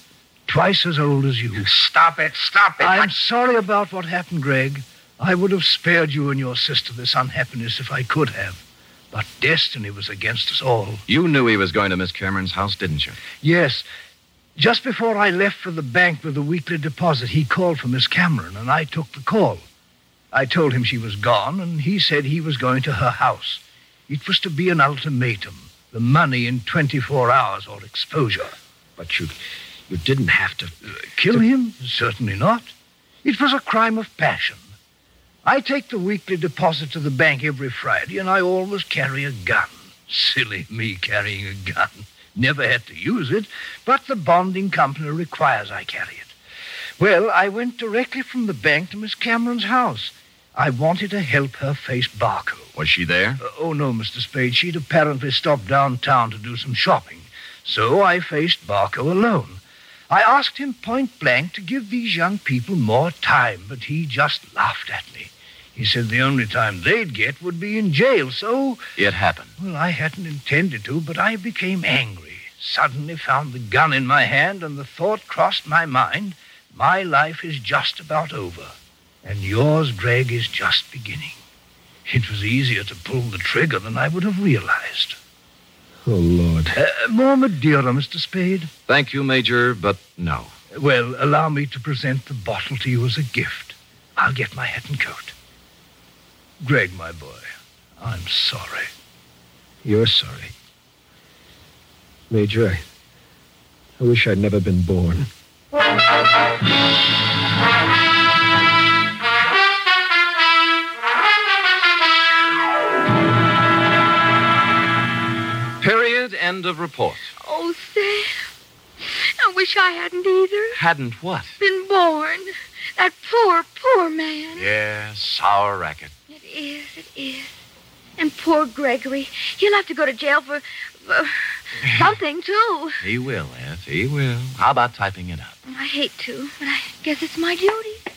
[SPEAKER 7] Twice as old as you.
[SPEAKER 12] Stop it, stop it.
[SPEAKER 7] I'm sorry about what happened, Greg. I would have spared you and your sister this unhappiness if I could have. But destiny was against us all.
[SPEAKER 3] You knew he was going to Miss Cameron's house, didn't you?
[SPEAKER 7] Yes. Just before I left for the bank with the weekly deposit, he called for Miss Cameron, and I took the call. I told him she was gone, and he said he was going to her house. It was to be an ultimatum the money in 24 hours or exposure.
[SPEAKER 12] But you, you didn't have to.
[SPEAKER 7] uh, Kill him? Certainly not. It was a crime of passion. I take the weekly deposit to the bank every Friday, and I always carry a gun. Silly me carrying a gun. Never had to use it, but the bonding company requires I carry it. Well, I went directly from the bank to Miss Cameron's house. I wanted to help her face Barco.
[SPEAKER 3] Was she there?
[SPEAKER 7] Uh, oh, no, Mr. Spade. She'd apparently stopped downtown to do some shopping. So I faced Barco alone. I asked him point blank to give these young people more time, but he just laughed at me. He said the only time they'd get would be in jail, so.
[SPEAKER 3] It happened.
[SPEAKER 7] Well, I hadn't intended to, but I became angry. Suddenly found the gun in my hand, and the thought crossed my mind my life is just about over, and yours, Greg, is just beginning. It was easier to pull the trigger than I would have realized.
[SPEAKER 12] Oh, Lord.
[SPEAKER 7] Uh, more Madeira, Mr. Spade?
[SPEAKER 3] Thank you, Major, but no.
[SPEAKER 7] Well, allow me to present the bottle to you as a gift. I'll get my hat and coat. Greg, my boy, I'm sorry.
[SPEAKER 12] You're sorry. Major, I, I wish I'd never been born.
[SPEAKER 3] Period. End of report.
[SPEAKER 4] Oh, Sam. I wish I hadn't either.
[SPEAKER 3] Hadn't what?
[SPEAKER 4] Been born. That poor, poor man.
[SPEAKER 3] Yeah, sour racket.
[SPEAKER 4] It is, it is. And poor Gregory. He'll have to go to jail for, for something, too.
[SPEAKER 3] He will, Ed. He will. How about typing it up?
[SPEAKER 4] I hate to, but I guess it's my duty.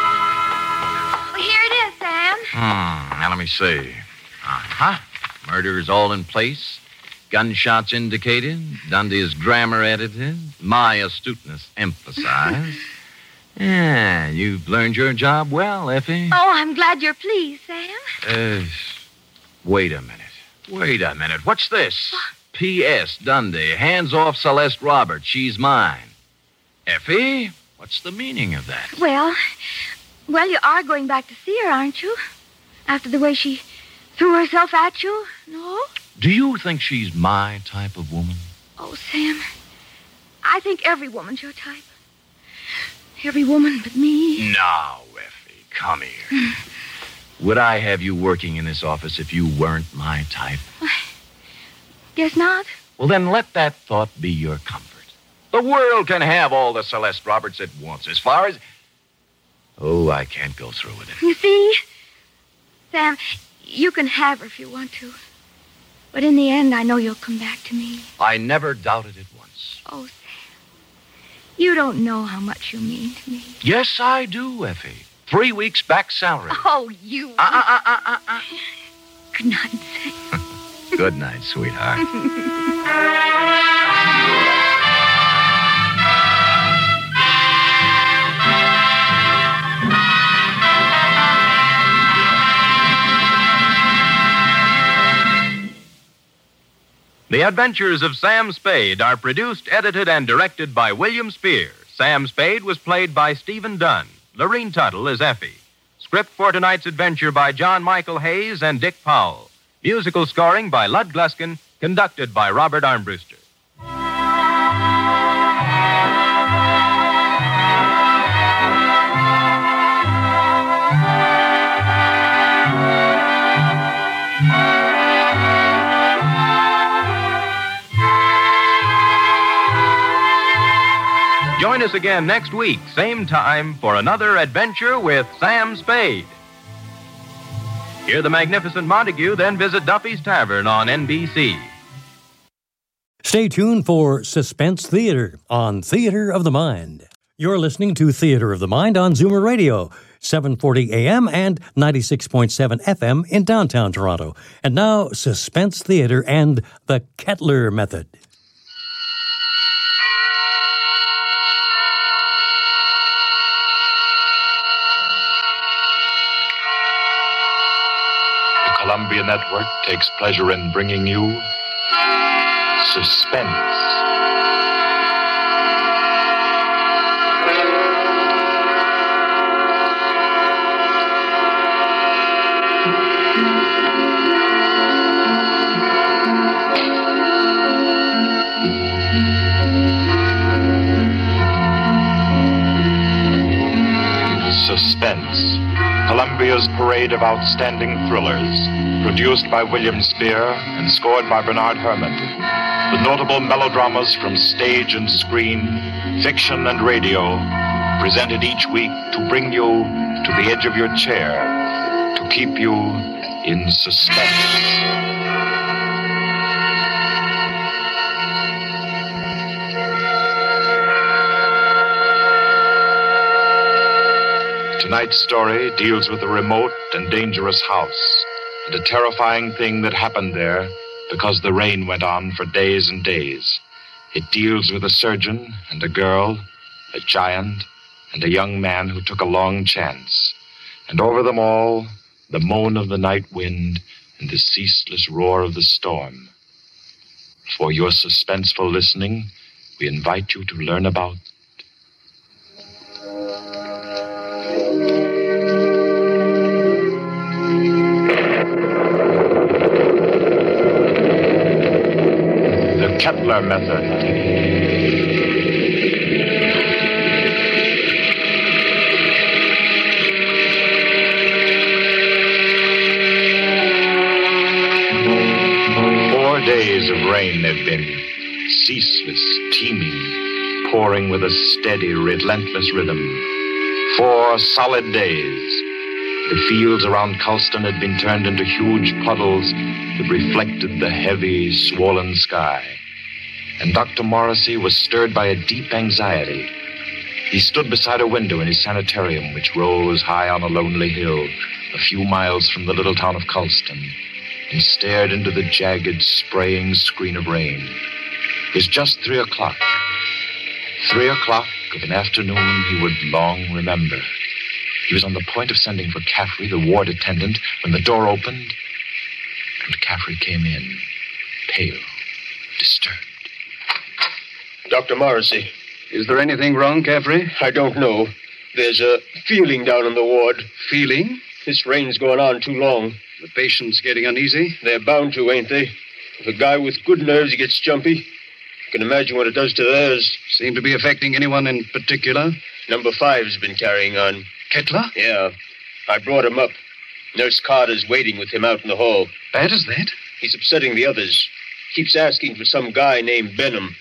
[SPEAKER 4] Well, here it is, Sam.
[SPEAKER 3] Hmm. Now let me see. Uh huh. Murder is all in place. Gunshots indicated. Dundee's grammar edited. My astuteness emphasized. yeah, you've learned your job well, Effie.
[SPEAKER 4] Oh, I'm glad you're pleased, Sam.
[SPEAKER 3] Uh, wait a minute. Wait a minute. What's this? P.S. Dundee. Hands off Celeste Roberts. She's mine. Effie, what's the meaning of that?
[SPEAKER 4] Well, well, you are going back to see her, aren't you? After the way she threw herself at you? No?
[SPEAKER 3] Do you think she's my type of woman?
[SPEAKER 4] Oh, Sam, I think every woman's your type. Every woman but me.
[SPEAKER 3] Now, Effie, come here. Would I have you working in this office if you weren't my type?
[SPEAKER 4] Guess not.
[SPEAKER 3] Well, then let that thought be your comfort. The world can have all the Celeste Roberts it wants. As far as. Oh, I can't go through with it.
[SPEAKER 4] You see? Sam, you can have her if you want to. But in the end, I know you'll come back to me.
[SPEAKER 3] I never doubted it once.
[SPEAKER 4] Oh, Sam, you don't know how much you mean to me.
[SPEAKER 3] Yes, I do, Effie. Three weeks back salary.
[SPEAKER 4] Oh, you. Uh,
[SPEAKER 3] uh, uh, uh, uh.
[SPEAKER 4] Good night,
[SPEAKER 3] Good night, sweetheart.
[SPEAKER 5] The Adventures of Sam Spade are produced, edited, and directed by William Spear. Sam Spade was played by Stephen Dunn. Lorene Tuttle is Effie. Script for tonight's adventure by John Michael Hayes and Dick Powell. Musical scoring by Lud Gluskin, conducted by Robert Armbruster. Join us again next week, same time, for another adventure with Sam Spade. Hear the magnificent Montague, then visit Duffy's Tavern on NBC.
[SPEAKER 2] Stay tuned for Suspense Theater on Theater of the Mind. You're listening to Theater of the Mind on Zoomer Radio, 740 AM and 96.7 FM in downtown Toronto. And now, Suspense Theater and the Kettler Method.
[SPEAKER 13] Columbia Network takes pleasure in bringing you Suspense. Suspense. Columbia's parade of outstanding thrillers, produced by William Spear and scored by Bernard Herrmann. The notable melodramas from stage and screen, fiction and radio, presented each week to bring you to the edge of your chair, to keep you in suspense. Tonight's story deals with a remote and dangerous house and a terrifying thing that happened there because the rain went on for days and days. It deals with a surgeon and a girl, a giant, and a young man who took a long chance. And over them all, the moan of the night wind and the ceaseless roar of the storm. For your suspenseful listening, we invite you to learn about the Kepler method. Four days of rain there'd been, ceaseless, teeming, pouring with a steady, relentless rhythm. Four solid days. The fields around Culston had been turned into huge puddles that reflected the heavy, swollen sky. And Dr. Morrissey was stirred by a deep anxiety. He stood beside a window in his sanitarium, which rose high on a lonely hill, a few miles from the little town of Culston, and stared into the jagged, spraying screen of rain. It was just three o'clock. Three o'clock of an afternoon he would long remember. He was on the point of sending for Caffrey, the ward attendant, when the door opened and Caffrey came in, pale, disturbed.
[SPEAKER 12] Dr. Morrissey. Is there anything wrong, Caffrey? I don't know. There's a feeling down in the ward. Feeling? This rain's going on too long. The patient's getting uneasy? They're bound to, ain't they? If a guy with good nerves gets jumpy, you can imagine what it does to theirs. Seem to be affecting anyone in particular? Number five's been carrying on. Kettler? Yeah. I brought him up. Nurse Carter's waiting with him out in the hall. Bad as that? He's upsetting the others. Keeps asking for some guy named Benham.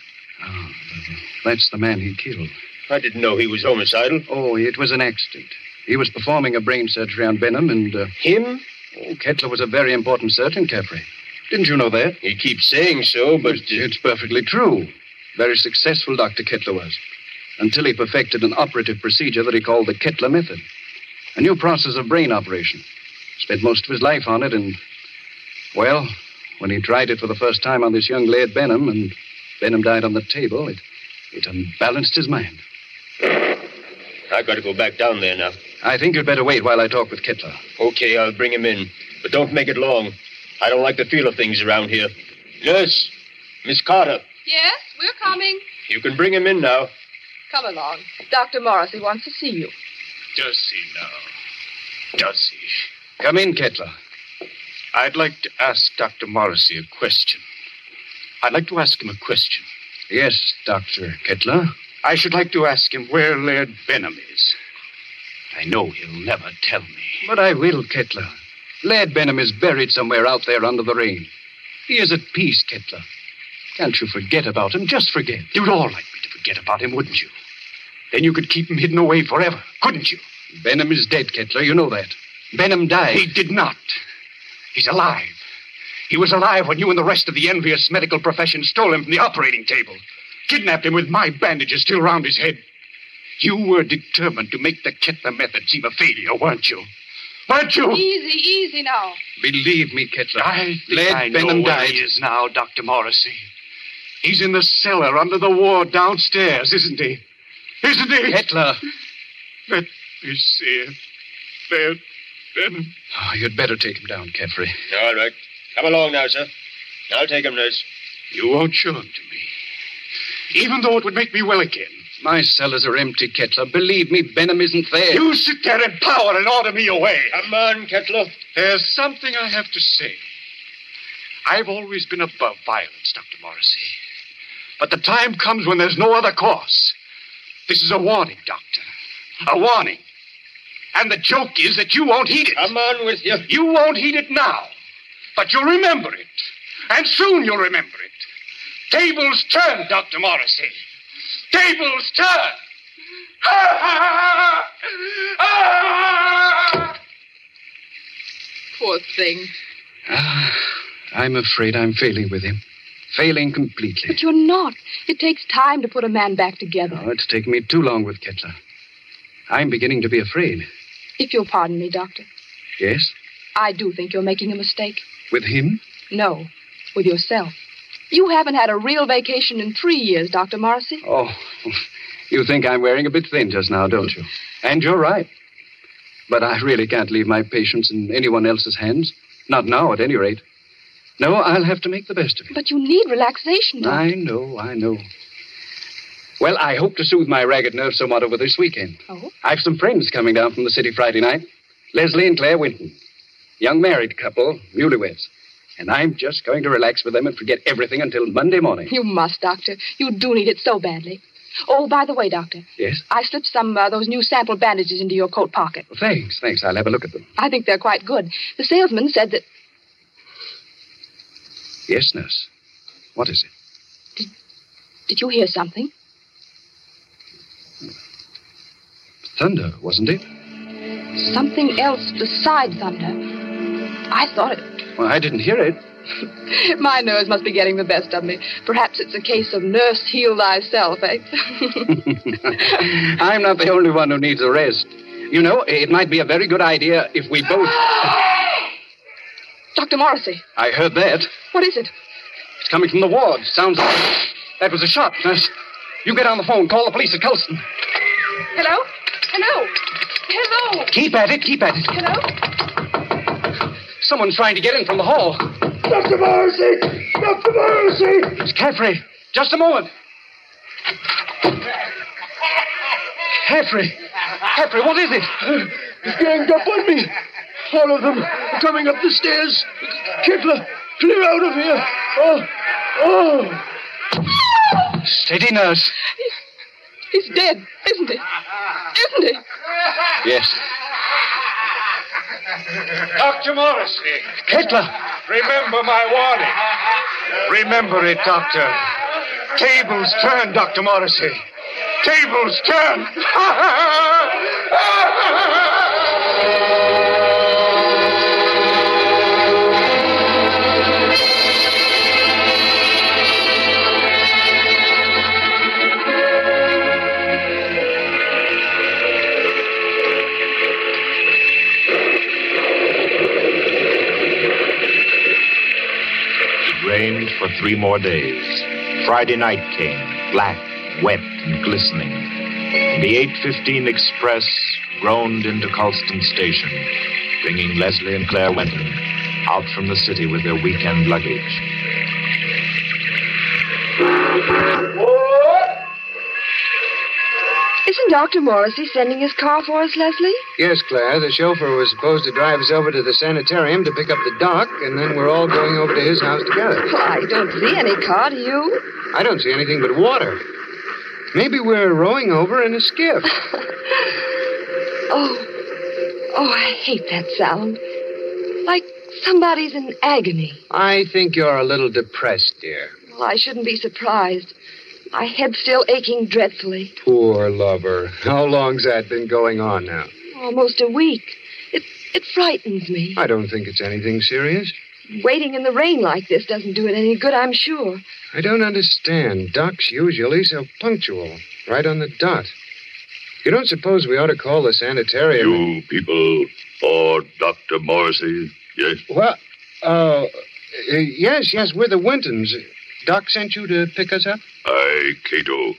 [SPEAKER 14] That's the man he killed.
[SPEAKER 12] I didn't know he was homicidal.
[SPEAKER 14] Oh, it was an accident. He was performing a brain surgery on Benham and. Uh...
[SPEAKER 12] Him?
[SPEAKER 14] Oh, Kettler was a very important surgeon, Caffrey. Didn't you know that?
[SPEAKER 12] He keeps saying so, but.
[SPEAKER 14] It's perfectly true. Very successful, Dr. Kettler was. Until he perfected an operative procedure that he called the Kettler method a new process of brain operation. Spent most of his life on it, and, well, when he tried it for the first time on this young lad Benham, and Benham died on the table, it, it unbalanced his mind.
[SPEAKER 12] I've got to go back down there now.
[SPEAKER 14] I think you'd better wait while I talk with Kettler.
[SPEAKER 12] Okay, I'll bring him in. But don't make it long. I don't like the feel of things around here. Nurse, Miss Carter,
[SPEAKER 15] Yes, we're coming.
[SPEAKER 12] you can bring him in now.
[SPEAKER 15] Come along. Dr. Morrissey wants to see you.
[SPEAKER 12] Does he now? Does he?
[SPEAKER 14] Come in, Kettler.
[SPEAKER 16] I'd like to ask Dr. Morrissey a question. I'd like to ask him a question.
[SPEAKER 14] Yes, Dr. Kettler.
[SPEAKER 16] I should like to ask him where Laird Benham is. I know he'll never tell me.
[SPEAKER 14] But I will, Kettler. Lad Benham is buried somewhere out there under the rain. He is at peace, Kettler. Can't you forget about him? Just forget.
[SPEAKER 16] You'd all like me to forget about him, wouldn't you? Then you could keep him hidden away forever, couldn't you?
[SPEAKER 14] Benham is dead, Kettler. You know that. Benham died.
[SPEAKER 16] He did not. He's alive. He was alive when you and the rest of the envious medical profession stole him from the operating table, kidnapped him with my bandages still round his head. You were determined to make the Kettler method seem a failure, weren't you? Weren't you?
[SPEAKER 15] Easy, easy now.
[SPEAKER 14] Believe me, Kettler.
[SPEAKER 16] I think
[SPEAKER 14] Lad
[SPEAKER 16] I know
[SPEAKER 14] Benham
[SPEAKER 16] where
[SPEAKER 14] died.
[SPEAKER 16] he is now, Dr. Morrissey. He's in the cellar under the ward downstairs, isn't he? Isn't he?
[SPEAKER 14] Kettler.
[SPEAKER 16] Let me see him. There.
[SPEAKER 12] Benham.
[SPEAKER 14] Oh, you'd better take him down, Caffrey.
[SPEAKER 12] All right. Come along now, sir. I'll take him, nurse.
[SPEAKER 16] You won't show him to me. Even though it would make me well again.
[SPEAKER 14] My cellars are empty, Kettler. Believe me, Benham isn't there.
[SPEAKER 16] You sit there in power and order me away.
[SPEAKER 12] Come on, Kettler.
[SPEAKER 16] There's something I have to say. I've always been above violence, Dr. Morrissey. But the time comes when there's no other course. This is a warning, Doctor. A warning. And the joke is that you won't heed it.
[SPEAKER 12] Come on with you.
[SPEAKER 16] You won't heed it now. But you'll remember it. And soon you'll remember it. Tables turn, Dr. Morrissey. Tables turn. Ah!
[SPEAKER 17] Poor thing.
[SPEAKER 14] Ah, I'm afraid I'm failing with him. Failing completely.
[SPEAKER 15] But you're not. It takes time to put a man back together.
[SPEAKER 14] Oh, it's taken me too long with Kettler. I'm beginning to be afraid.
[SPEAKER 15] If you'll pardon me, Doctor,
[SPEAKER 14] Yes?
[SPEAKER 15] I do think you're making a mistake.
[SPEAKER 14] With him?
[SPEAKER 15] No, with yourself. You haven't had a real vacation in three years, Dr. Morrissey.
[SPEAKER 14] Oh, you think I'm wearing a bit thin just now, don't you? And you're right. But I really can't leave my patients in anyone else's hands. Not now, at any rate. No, I'll have to make the best of it.
[SPEAKER 15] But you need relaxation, Doctor.
[SPEAKER 14] I know, I know. Well, I hope to soothe my ragged nerves somewhat over this weekend.
[SPEAKER 15] Oh?
[SPEAKER 14] I've some friends coming down from the city Friday night. Leslie and Claire Winton. Young married couple, newlyweds. And I'm just going to relax with them and forget everything until Monday morning.
[SPEAKER 15] You must, Doctor. You do need it so badly. Oh, by the way, Doctor,
[SPEAKER 14] Yes?
[SPEAKER 15] I slipped some uh, those new sample bandages into your coat pocket.
[SPEAKER 14] Thanks, thanks. I'll have a look at them.
[SPEAKER 15] I think they're quite good. The salesman said that.
[SPEAKER 14] Yes, nurse. What is it?
[SPEAKER 15] Did you hear something?
[SPEAKER 14] Thunder, wasn't it?
[SPEAKER 15] Something else besides thunder. I thought it.
[SPEAKER 14] Well, I didn't hear it.
[SPEAKER 15] My nerves must be getting the best of me. Perhaps it's a case of nurse heal thyself, eh?
[SPEAKER 14] I'm not the only one who needs a rest. You know, it might be a very good idea if we both.
[SPEAKER 15] Dr. Morrissey,
[SPEAKER 14] I heard that.
[SPEAKER 15] what is it?
[SPEAKER 14] It's coming from the ward. Sounds like. That was a shot, nurse. You get on the phone. Call the police at Colston.
[SPEAKER 15] Hello? Hello? Hello?
[SPEAKER 14] Keep at it. Keep at it.
[SPEAKER 15] Hello?
[SPEAKER 14] Someone's trying to get in from the hall.
[SPEAKER 16] Dr. Morrissey! Dr. Morrissey!
[SPEAKER 14] It's Caffrey. Just a moment. Caffrey. Caffrey, what is it?
[SPEAKER 16] Ganged up on me. All of them coming up the stairs. Kettler, clear out of here. Oh, oh.
[SPEAKER 14] Steady, nurse.
[SPEAKER 15] He's dead, isn't he? Isn't he?
[SPEAKER 14] Yes.
[SPEAKER 16] Dr. Morrissey.
[SPEAKER 14] Kettler.
[SPEAKER 16] Remember my warning. Remember it, Doctor. Tables turn, Dr. Morrissey. Tables turn.
[SPEAKER 13] It rained for three more days. Friday night came, black, wet, and glistening. The 815 express groaned into Colston Station, bringing Leslie and Claire Wenton out from the city with their weekend luggage.
[SPEAKER 18] Isn't Dr. Morrissey sending his car for us, Leslie?
[SPEAKER 19] Yes, Claire. The chauffeur was supposed to drive us over to the sanitarium to pick up the doc, and then we're all going over to his house together.
[SPEAKER 18] Well, Oh, I don't see any car, do you?
[SPEAKER 19] I don't see anything but water. Maybe we're rowing over in a skiff.
[SPEAKER 18] Oh. Oh, I hate that sound. Like somebody's in agony.
[SPEAKER 19] I think you're a little depressed, dear.
[SPEAKER 18] Well, I shouldn't be surprised. My head's still aching dreadfully.
[SPEAKER 19] Poor lover. How long's that been going on now?
[SPEAKER 18] Almost a week. It it frightens me.
[SPEAKER 19] I don't think it's anything serious.
[SPEAKER 18] Waiting in the rain like this doesn't do it any good, I'm sure.
[SPEAKER 19] I don't understand. Doc's usually so punctual, right on the dot. You don't suppose we ought to call the sanitarium?
[SPEAKER 20] You people or Dr. Morrissey? Yes.
[SPEAKER 19] Well, uh, uh, yes, yes, we're the Wintons. Doc sent you to pick us up?
[SPEAKER 20] I, Cato,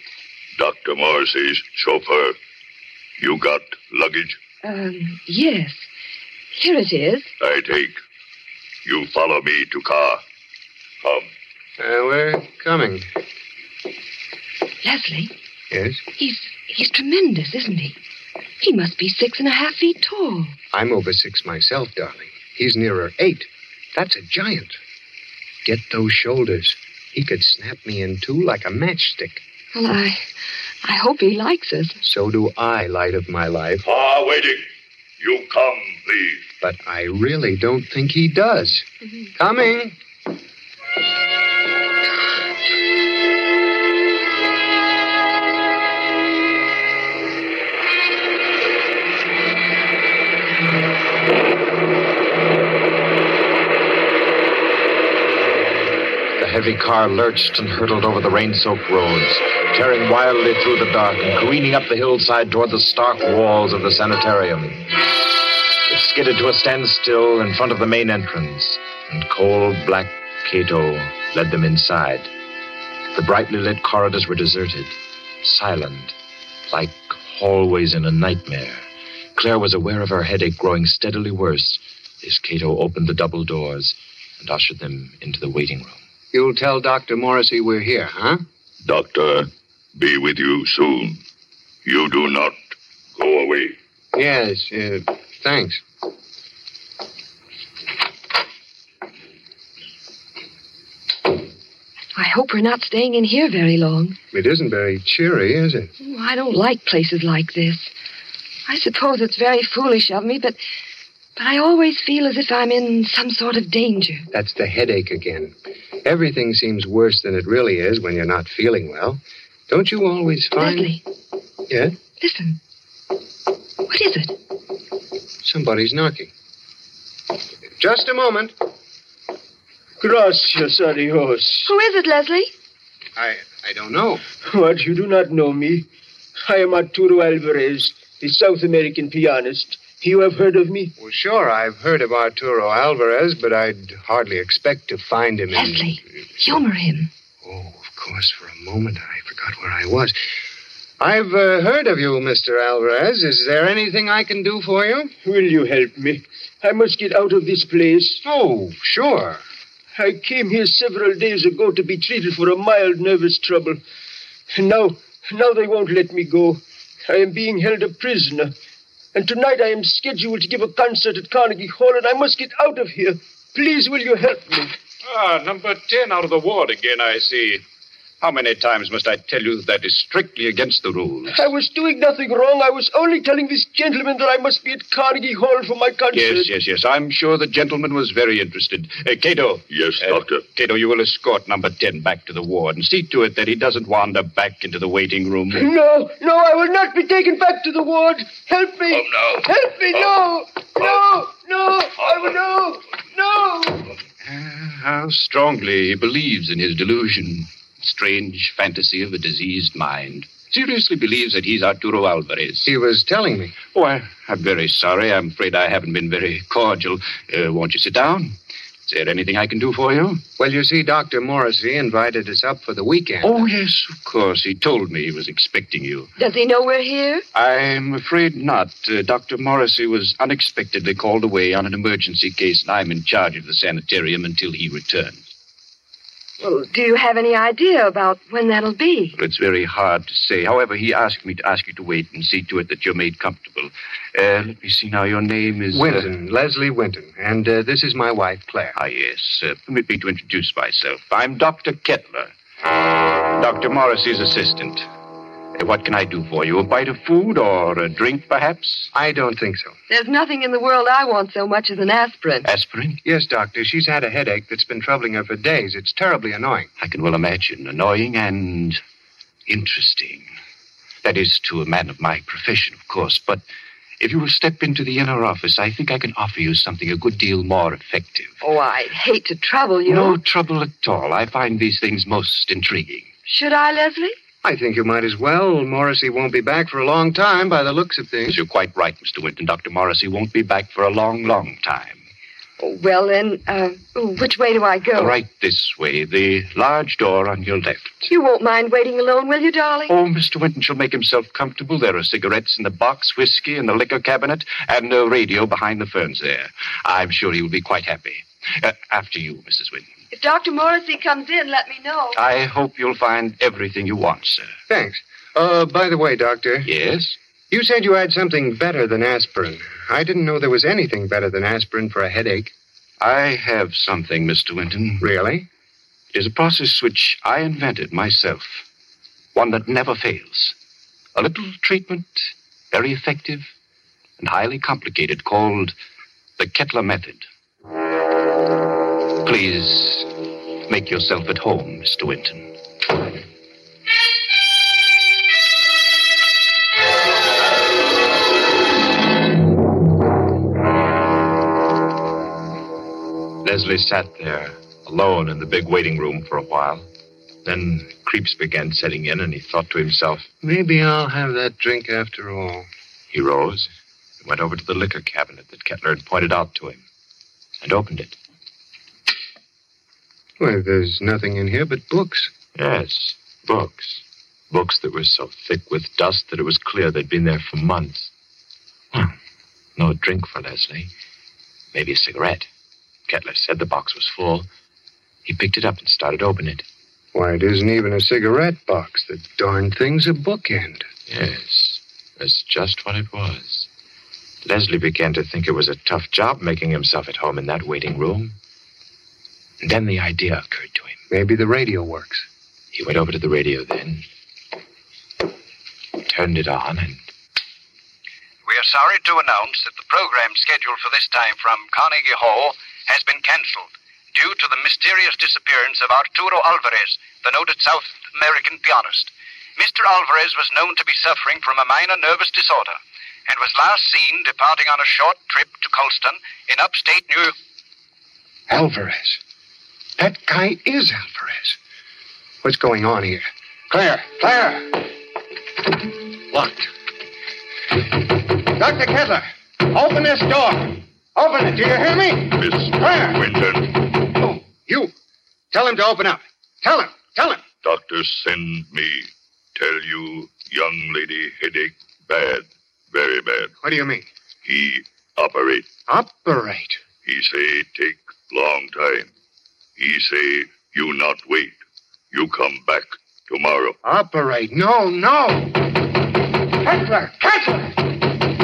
[SPEAKER 20] Dr. Morrissey's chauffeur. You got luggage?
[SPEAKER 18] Um, yes. Here it is.
[SPEAKER 20] I take. You follow me to car. Come.
[SPEAKER 19] Uh, we're coming.
[SPEAKER 18] Leslie,
[SPEAKER 19] Yes?
[SPEAKER 18] he's he's tremendous, isn't he? He must be six and a half feet tall.
[SPEAKER 19] I'm over six myself, darling. He's nearer eight. That's a giant. Get those shoulders. He could snap me in two like a matchstick.
[SPEAKER 18] Well, I I hope he likes us.
[SPEAKER 19] So do I, light of my life.
[SPEAKER 20] Ah, waiting. You come, please.
[SPEAKER 19] But I really don't think he does. Coming.
[SPEAKER 13] The heavy car lurched and hurtled over the rain soaked roads, tearing wildly through the dark and careening up the hillside toward the stark walls of the sanitarium. It skidded to a standstill in front of the main entrance, and cold black Cato led them inside. The brightly lit corridors were deserted, silent, like hallways in a nightmare. Claire was aware of her headache growing steadily worse as Cato opened the double doors and ushered them into the waiting room.
[SPEAKER 19] You'll tell Dr. Morrissey we're here, huh?
[SPEAKER 20] Doctor, be with you soon. You do not go away.
[SPEAKER 19] Yes, uh, thanks.
[SPEAKER 18] I hope we're not staying in here very long.
[SPEAKER 19] It isn't very cheery, is it?
[SPEAKER 18] Oh, I don't like places like this. I suppose it's very foolish of me, but but I always feel as if I'm in some sort of danger.
[SPEAKER 19] That's the headache again. Everything seems worse than it really is when you're not feeling well. Don't you always find.
[SPEAKER 18] Leslie,
[SPEAKER 19] Yeah?
[SPEAKER 18] listen. What is it?
[SPEAKER 19] Somebody's knocking. Just a moment.
[SPEAKER 21] Gracias a Dios.
[SPEAKER 18] Who is it, Leslie?
[SPEAKER 19] I I don't know.
[SPEAKER 21] What, you do not know me? I am Arturo Alvarez, the South American pianist. You have heard of me?
[SPEAKER 19] Well, sure, I've heard of Arturo Alvarez, but I'd hardly expect to find him in.
[SPEAKER 18] Leslie, humor him.
[SPEAKER 19] Of course, for a moment I forgot where I was. I've uh, heard of you, Mr. Alvarez. Is there anything I can do for you?
[SPEAKER 21] Will you help me? I must get out of this place.
[SPEAKER 19] Oh, sure.
[SPEAKER 21] I came here several days ago to be treated for a mild nervous trouble. Now, now they won't let me go. I am being held a prisoner. And tonight I am scheduled to give a concert at Carnegie Hall, and I must get out of here. Please, will you help me?
[SPEAKER 22] Ah, number 10 out of the ward again, I see. How many times must I tell you that that is strictly against the rules?
[SPEAKER 21] I was doing nothing wrong. I was only telling this gentleman that I must be at Carnegie Hall for my concert.
[SPEAKER 22] Yes, yes, yes. I'm sure the gentleman was very interested. Uh, Cato.
[SPEAKER 20] Yes, Doctor.
[SPEAKER 22] Cato, you will escort number 10 back to the ward and see to it that he doesn't wander back into the waiting room.
[SPEAKER 21] No, no, I will not be taken back to the ward. Help me. Oh, no. Oh. Help me, no. No, no, I will, no, no.
[SPEAKER 22] How strongly he believes in his delusion. Strange fantasy of a diseased mind. Seriously believes that he's Arturo Alvarez.
[SPEAKER 19] He was telling me.
[SPEAKER 22] Oh, I, I'm very sorry. I'm afraid I haven't been very cordial. Uh, won't you sit down? Is there anything I can do for you?
[SPEAKER 19] Well, you see, Dr. Morrissey invited us up for the weekend.
[SPEAKER 22] Oh, yes, of course. He told me he was expecting you.
[SPEAKER 18] Does he know we're here?
[SPEAKER 22] I'm afraid not. Uh, Dr. Morrissey was unexpectedly called away on an emergency case, and I'm in charge of the sanitarium until he returns.
[SPEAKER 18] Well, do you have any idea about when that'll be?
[SPEAKER 22] Well, It's very hard to say. However, he asked me to ask you to wait and see to it that you're made comfortable. Uh, let me see now. Your name is. uh,
[SPEAKER 19] Winton, Leslie Winton. And uh, this is my wife, Claire.
[SPEAKER 22] Ah, yes. Uh, permit me to introduce myself. I'm Dr. Kettler, Dr. Morrissey's assistant. Uh, what can I do for you? A bite of food or a drink, perhaps?
[SPEAKER 19] I don't think so.
[SPEAKER 18] There's nothing in the world I want so much as an aspirin.
[SPEAKER 22] Aspirin?
[SPEAKER 19] Yes, Doctor, she's had a headache that's been troubling her for days. It's terribly annoying.
[SPEAKER 22] I can well imagine. Annoying and interesting. That is, to a man of my profession, of course. But if you will step into the inner office, I think I can offer you something a good deal more effective.
[SPEAKER 18] Oh, I hate to trouble you.
[SPEAKER 22] No trouble at all. I find these things most intriguing.
[SPEAKER 18] Should I, Leslie?
[SPEAKER 19] I think you might as well. Morrissey won't be back for a long time by the looks of things.
[SPEAKER 22] You're quite right, Mr. Winton. Dr. Morrissey won't be back for a long, long time.
[SPEAKER 18] Oh, well, then, uh, which way do I go?
[SPEAKER 22] Right this way, the large door on your left.
[SPEAKER 18] You won't mind waiting alone, will you, darling?
[SPEAKER 22] Oh, Mr. Winton shall make himself comfortable. There are cigarettes in the box, whiskey in the liquor cabinet, and a radio behind the ferns there. I'm sure he will be quite happy. Uh, after you, Mrs. Winton.
[SPEAKER 18] If Dr. Morrissey comes in, let me know.
[SPEAKER 22] I hope you'll find everything you want, sir.
[SPEAKER 19] Thanks. Uh, by the way, Doctor.
[SPEAKER 22] Yes?
[SPEAKER 19] You said you had something better than aspirin. I didn't know there was anything better than aspirin for a headache.
[SPEAKER 22] I have something, Mr. Winton.
[SPEAKER 19] Really?
[SPEAKER 22] It is a process which I invented myself, one that never fails. A little treatment, very effective, and highly complicated, called the Kettler Method. Please make yourself at home, Mr. Winton. Leslie sat there alone in the big waiting room for a while. Then creeps began setting in, and he thought to himself,
[SPEAKER 19] Maybe I'll have that drink after all.
[SPEAKER 22] He rose and went over to the liquor cabinet that Kettler had pointed out to him and opened it.
[SPEAKER 19] Why, there's nothing in here but books.
[SPEAKER 22] Yes, books. Books that were so thick with dust that it was clear they'd been there for months. Well, no drink for Leslie. Maybe a cigarette. Kettler said the box was full. He picked it up and started opening it.
[SPEAKER 19] Why, it isn't even a cigarette box. The darn thing's a bookend.
[SPEAKER 22] Yes, that's just what it was. Leslie began to think it was a tough job making himself at home in that waiting room. And then the idea occurred to him.
[SPEAKER 19] Maybe the radio works.
[SPEAKER 22] He went over to the radio then, turned it on, and
[SPEAKER 14] We are sorry to announce that the program scheduled for this time from Carnegie Hall has been canceled due to the mysterious disappearance of Arturo Alvarez, the noted South American pianist. Mr. Alvarez was known to be suffering from a minor nervous disorder and was last seen departing on a short trip to Colston in upstate New
[SPEAKER 19] Alvarez. That guy is Alvarez. What's going on here? Claire! Claire! Locked. Dr. Kettler, open this door. Open it. Do you hear me?
[SPEAKER 20] Miss
[SPEAKER 19] Claire! Oh,
[SPEAKER 20] Winton,
[SPEAKER 19] You. Tell him to open up. Tell him. Tell him.
[SPEAKER 20] doctor send me. Tell you, young lady headache bad, very bad.
[SPEAKER 19] What do you mean?
[SPEAKER 20] He operate.
[SPEAKER 19] Operate.
[SPEAKER 20] He say take long time. He say you not wait. You come back tomorrow.
[SPEAKER 19] Operate. No, no. Kettler! Kettler!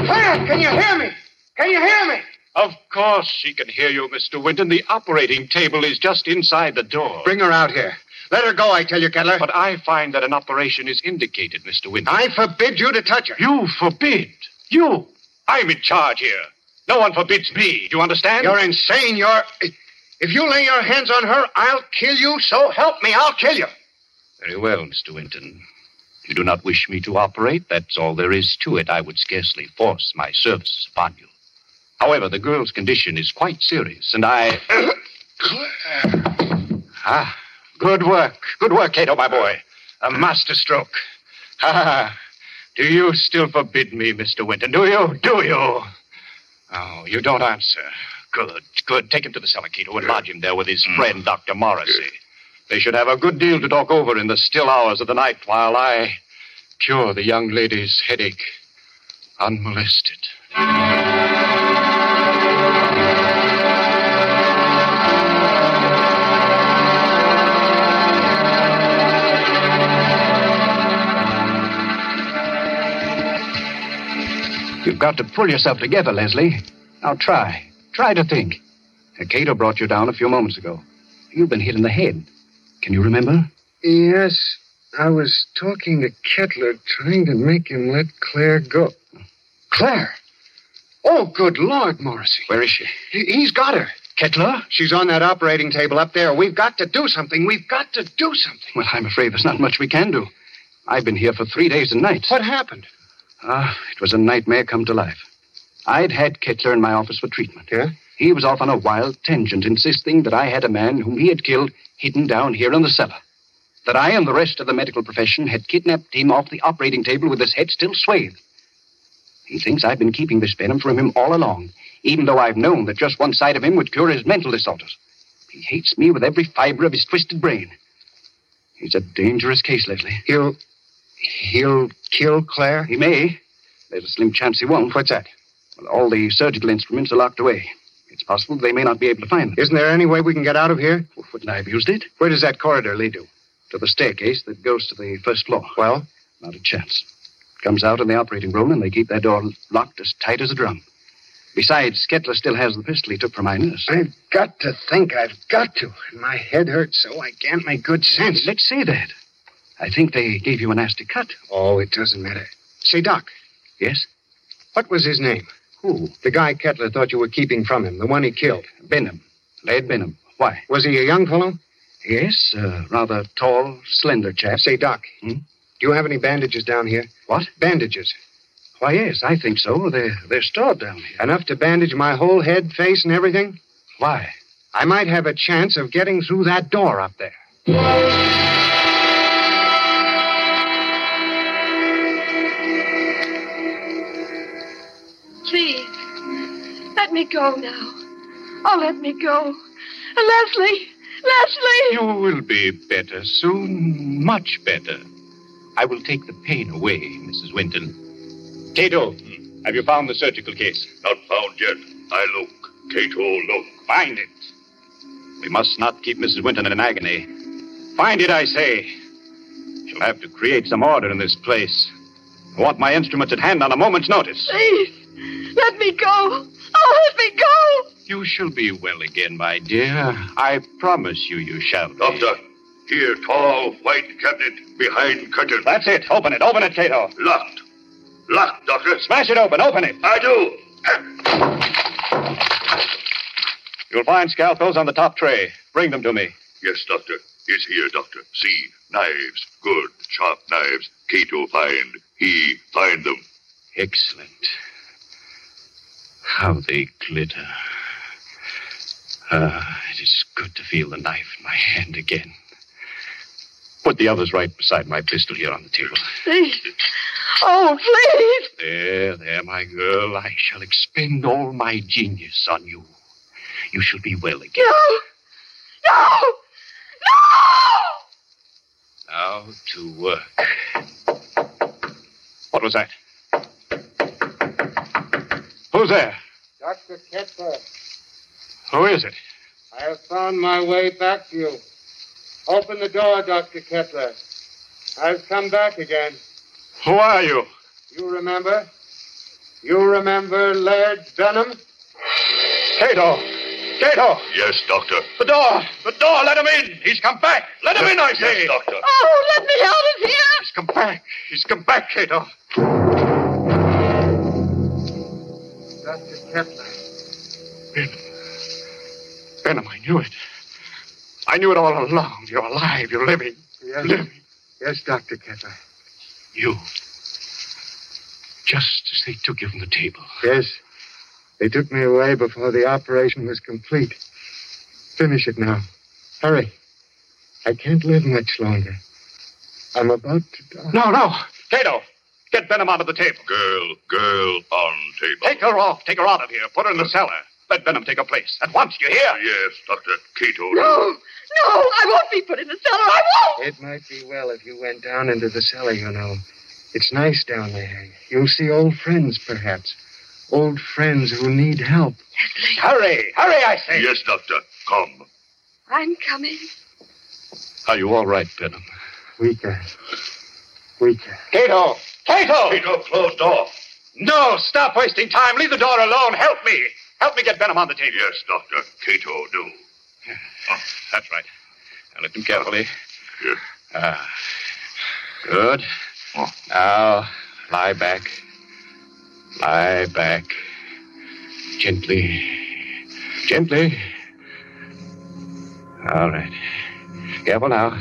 [SPEAKER 19] Claire, can you hear me? Can you hear me?
[SPEAKER 16] Of course she can hear you, Mr. Winton. The operating table is just inside the door.
[SPEAKER 19] Bring her out here. Let her go, I tell you, Kettler.
[SPEAKER 16] But I find that an operation is indicated, Mr. Winton.
[SPEAKER 19] I forbid you to touch her.
[SPEAKER 16] You forbid? You? I'm in charge here. No one forbids me. Do you understand?
[SPEAKER 19] You're insane. You're. If you lay your hands on her, I'll kill you. So help me, I'll kill you.
[SPEAKER 22] Very well, Mr. Winton. You do not wish me to operate. That's all there is to it. I would scarcely force my services upon you. However, the girl's condition is quite serious, and I. ah,
[SPEAKER 16] Good work. Good work, Cato, my boy. A master stroke. Ah, do you still forbid me, Mr. Winton? Do you? Do you? Oh, you don't answer. Good, good. Take him to the cellar, Cato, and lodge him there with his friend, Dr. Morrissey. They should have a good deal to talk over in the still hours of the night while I cure the young lady's headache unmolested.
[SPEAKER 22] You've got to pull yourself together, Leslie. Now try. Try to think. Uh, Cato brought you down a few moments ago. You've been hit in the head. Can you remember?
[SPEAKER 19] Yes, I was talking to Kettler, trying to make him let Claire go. Claire? Oh, good Lord, Morrissey.
[SPEAKER 22] Where is she?
[SPEAKER 19] He- He's got her.
[SPEAKER 22] Kettler?
[SPEAKER 19] She's on that operating table up there. We've got to do something. We've got to do something.
[SPEAKER 22] Well, I'm afraid there's not much we can do. I've been here for three days and nights.
[SPEAKER 19] What happened?
[SPEAKER 22] Ah, it was a nightmare come to life. I'd had Kettler in my office for treatment.
[SPEAKER 19] Yeah?
[SPEAKER 22] He was off on a wild tangent, insisting that I had a man whom he had killed hidden down here in the cellar. That I and the rest of the medical profession had kidnapped him off the operating table with his head still swathed.
[SPEAKER 14] He thinks I've been keeping this venom from him all along, even though I've known that just one side of him would cure his mental disorders. He hates me with every fiber of his twisted brain. He's a dangerous case, Leslie. He'll. he'll kill Claire? He may. There's a slim chance he won't. What's that? Well, all the surgical instruments are locked away. It's possible they may not be able to find them.
[SPEAKER 19] Isn't there any way we can get out of here?
[SPEAKER 14] Wouldn't I have used it?
[SPEAKER 19] Where does that corridor lead to?
[SPEAKER 14] To the staircase that goes to the first floor. Well? Not a chance. Comes out in the operating room, and they keep that door locked as tight as a drum. Besides, Kettler still has the pistol he took from my nurse.
[SPEAKER 19] I've got to think. I've got to. And my head hurts so I can't make good sense.
[SPEAKER 14] Let's say that. I think they gave you a nasty cut.
[SPEAKER 19] Oh, it doesn't matter. Say, Doc.
[SPEAKER 14] Yes?
[SPEAKER 19] What was his name? Who? The guy Kettler thought you were keeping from him, the one he killed.
[SPEAKER 14] Benham. Laird Benham. Why?
[SPEAKER 19] Was he a young fellow?
[SPEAKER 14] Yes, uh, rather tall, slender chap.
[SPEAKER 19] Say, Doc.
[SPEAKER 14] Hmm?
[SPEAKER 19] Do you have any bandages down here?
[SPEAKER 14] What?
[SPEAKER 19] Bandages.
[SPEAKER 14] Why, yes, I think so. They're, they're stored down here.
[SPEAKER 19] Enough to bandage my whole head, face, and everything?
[SPEAKER 14] Why?
[SPEAKER 19] I might have a chance of getting through that door up there.
[SPEAKER 6] Please, let me go now. Oh, let me go.
[SPEAKER 18] Uh,
[SPEAKER 6] Leslie! Leslie!
[SPEAKER 22] You will be better soon, much better. I will take the pain away, Mrs. Winton.
[SPEAKER 16] Cato, have you found the surgical case?
[SPEAKER 20] Not found yet. I look. Cato, look.
[SPEAKER 16] Find it. We must not keep Mrs. Winton in an agony. Find it, I say. She'll have to create some order in this place. I want my instruments at hand on a moment's notice.
[SPEAKER 6] Please, let me go. Oh, let me go.
[SPEAKER 22] You shall be well again, my dear. I promise you, you shall. be.
[SPEAKER 20] Doctor, here, tall, white cabinet, behind curtain.
[SPEAKER 16] That's it. Open it. Open it, Cato.
[SPEAKER 20] Locked. Locked, Doctor.
[SPEAKER 16] Smash it open. Open it.
[SPEAKER 20] I do.
[SPEAKER 16] You'll find scalpels on the top tray. Bring them to me.
[SPEAKER 20] Yes, Doctor. It's here, Doctor. See, knives. Good, sharp knives. Cato find. He find them.
[SPEAKER 22] Excellent. How they glitter. Ah, it is good to feel the knife in my hand again. Put the others right beside my pistol here on the table.
[SPEAKER 6] Please. Oh, please.
[SPEAKER 22] There, there, my girl. I shall expend all my genius on you. You shall be well again.
[SPEAKER 6] No. No. No.
[SPEAKER 22] Now to work.
[SPEAKER 16] What was that? Who's there?
[SPEAKER 23] Dr. Kettler,
[SPEAKER 16] Who is it?
[SPEAKER 23] I have found my way back to you. Open the door, Dr. Kettler. I've come back again.
[SPEAKER 16] Who are you?
[SPEAKER 23] You remember? You remember Laird Dunham?
[SPEAKER 16] Cato! Cato!
[SPEAKER 20] Yes, Doctor.
[SPEAKER 16] The door! The door! Let him in! He's come back! Let him in, I say!
[SPEAKER 20] Yes, Doctor.
[SPEAKER 6] Oh, let me out of here.
[SPEAKER 16] He's come back! He's come back, Cato!
[SPEAKER 23] Dr. Kettler.
[SPEAKER 16] Benham, I knew it. I knew it all along. You're alive. You're living.
[SPEAKER 23] Yes.
[SPEAKER 16] Living.
[SPEAKER 23] Yes, Dr. Kettler.
[SPEAKER 22] You. Just as they took you from the table.
[SPEAKER 23] Yes. They took me away before the operation was complete. Finish it now. Hurry. I can't live much longer. I'm about to die.
[SPEAKER 16] No, no! Cato! Get Benham out of the table.
[SPEAKER 20] Girl, girl on table.
[SPEAKER 16] Take her off. Take her out of here. Put her in the cellar. Let Benham take her place. At once, you hear?
[SPEAKER 20] Yes, Doctor. Cato.
[SPEAKER 6] No. No, I won't be put in the cellar. I won't.
[SPEAKER 23] It might be well if you went down into the cellar, you know. It's nice down there. You'll see old friends, perhaps. Old friends who need help.
[SPEAKER 16] Hurry! Hurry, I say!
[SPEAKER 20] Yes, Doctor. Come.
[SPEAKER 6] I'm coming.
[SPEAKER 22] Are you all right, Benham?
[SPEAKER 23] Weaker. Weaker.
[SPEAKER 16] Cato! Cato!
[SPEAKER 20] Cato, close door.
[SPEAKER 16] No, stop wasting time. Leave the door alone. Help me. Help me get Benham on the table.
[SPEAKER 20] Yes, Doctor. Cato, do.
[SPEAKER 22] Oh,
[SPEAKER 16] That's right. Now lift him carefully.
[SPEAKER 20] Yes.
[SPEAKER 22] Ah. Good.
[SPEAKER 20] Oh.
[SPEAKER 22] Now, lie back. Lie back. Gently. Gently. All right. Careful now.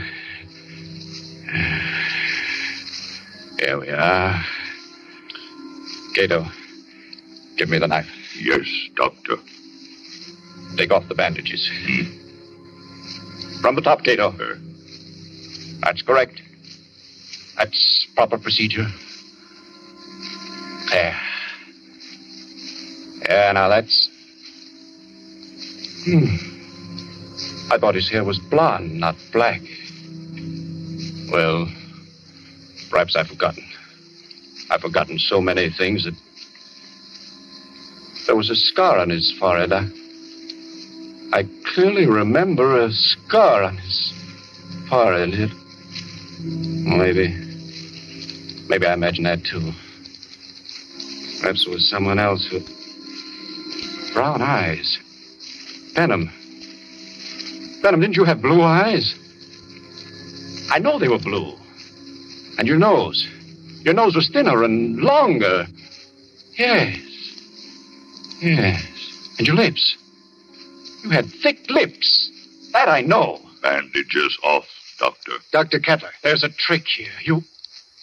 [SPEAKER 22] There we are. Cato, give me the knife.
[SPEAKER 20] Yes, Doctor.
[SPEAKER 22] Take off the bandages. From the top, Cato. That's correct. That's proper procedure. There.
[SPEAKER 13] Yeah, now that's. Hmm. I thought his Hmm. hair was blonde, not black. Well, perhaps I've forgotten. I've forgotten so many things that. There was a scar on his forehead. I, I clearly remember a scar on his forehead. It- Maybe. Maybe I imagined that too. Perhaps it was someone else with brown eyes. Benham. Benham, didn't you have blue eyes? I know they were blue. And your nose. Your nose was thinner and longer. Yes. Yes. And your lips. You had thick lips. That I know.
[SPEAKER 20] Bandages off, Doctor.
[SPEAKER 13] Dr. Kettler. There's a trick here. You.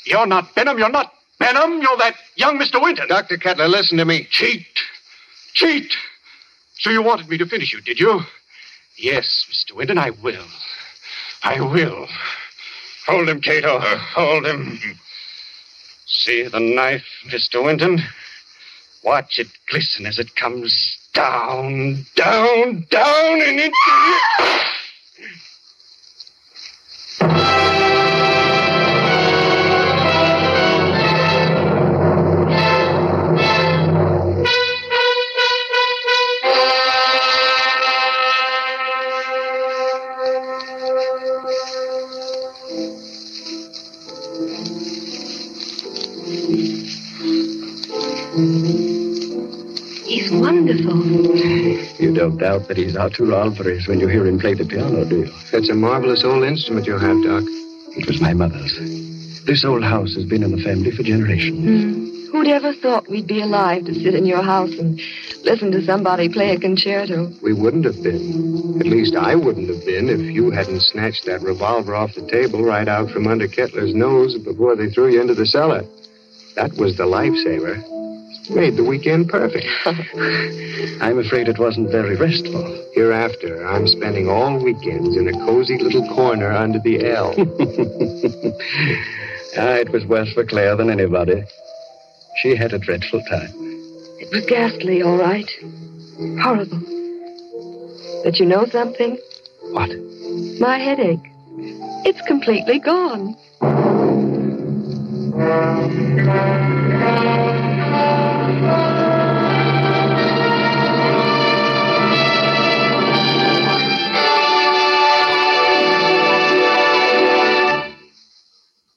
[SPEAKER 13] You're not Benham. You're not Benham. You're that young Mr. Winton.
[SPEAKER 14] Dr. Kettler, listen to me.
[SPEAKER 16] Cheat! Cheat! So you wanted me to finish you, did you? Yes, Mr. Winton, I will. I will. Hold him, Cato. Hold him.
[SPEAKER 13] See the knife, Mr. Winton? Watch it glisten as it comes down, down, down, and into your.
[SPEAKER 18] He's wonderful.
[SPEAKER 19] You don't doubt that he's out to Alvarez when you hear him play the piano, do you? That's a marvelous old instrument you have, Doc. It was my mother's. This old house has been in the family for generations.
[SPEAKER 18] Hmm. Who'd ever thought we'd be alive to sit in your house and listen to somebody play a concerto?
[SPEAKER 19] We wouldn't have been. At least I wouldn't have been if you hadn't snatched that revolver off the table right out from under Kettler's nose before they threw you into the cellar. That was the lifesaver. Made the weekend perfect. I'm afraid it wasn't very restful. Hereafter, I'm spending all weekends in a cozy little corner under the L. ah, it was worse for Claire than anybody. She had a dreadful time.
[SPEAKER 18] It was ghastly, all right. Horrible. But you know something?
[SPEAKER 19] What?
[SPEAKER 18] My headache. It's completely gone.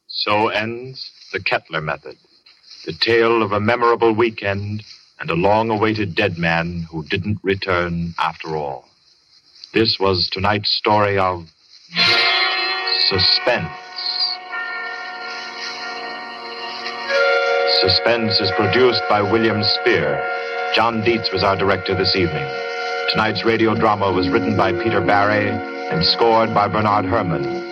[SPEAKER 13] So ends the Kettler method, the tale of a memorable weekend and a long awaited dead man who didn't return after all. This was tonight's story of suspense. Suspense is produced by William Spear. John Dietz was our director this evening. Tonight's radio drama was written by Peter Barry and scored by Bernard Herman.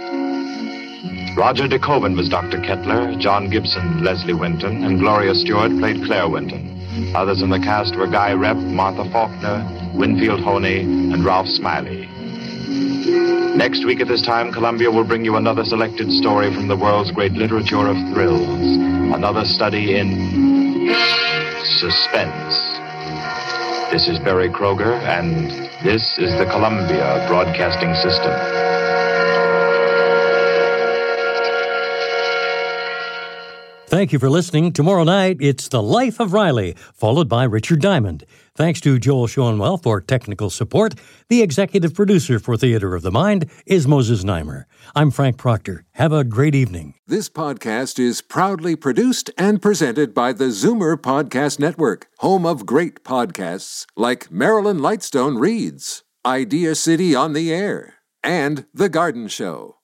[SPEAKER 13] Roger De Koven was Dr. Kettler, John Gibson, Leslie Winton, and Gloria Stewart played Claire Winton. Others in the cast were Guy Rep, Martha Faulkner, Winfield Honey, and Ralph Smiley. Next week at this time, Columbia will bring you another selected story from the world's great literature of thrills. Another study in suspense. This is Barry Kroger, and this is the Columbia Broadcasting System.
[SPEAKER 2] Thank you for listening. Tomorrow night, it's The Life of Riley, followed by Richard Diamond. Thanks to Joel Schoenwell for technical support. The executive producer for Theater of the Mind is Moses Neimer. I'm Frank Proctor. Have a great evening.
[SPEAKER 1] This podcast is proudly produced and presented by the Zoomer Podcast Network, home of great podcasts like Marilyn Lightstone Reads, Idea City on the Air, and The Garden Show.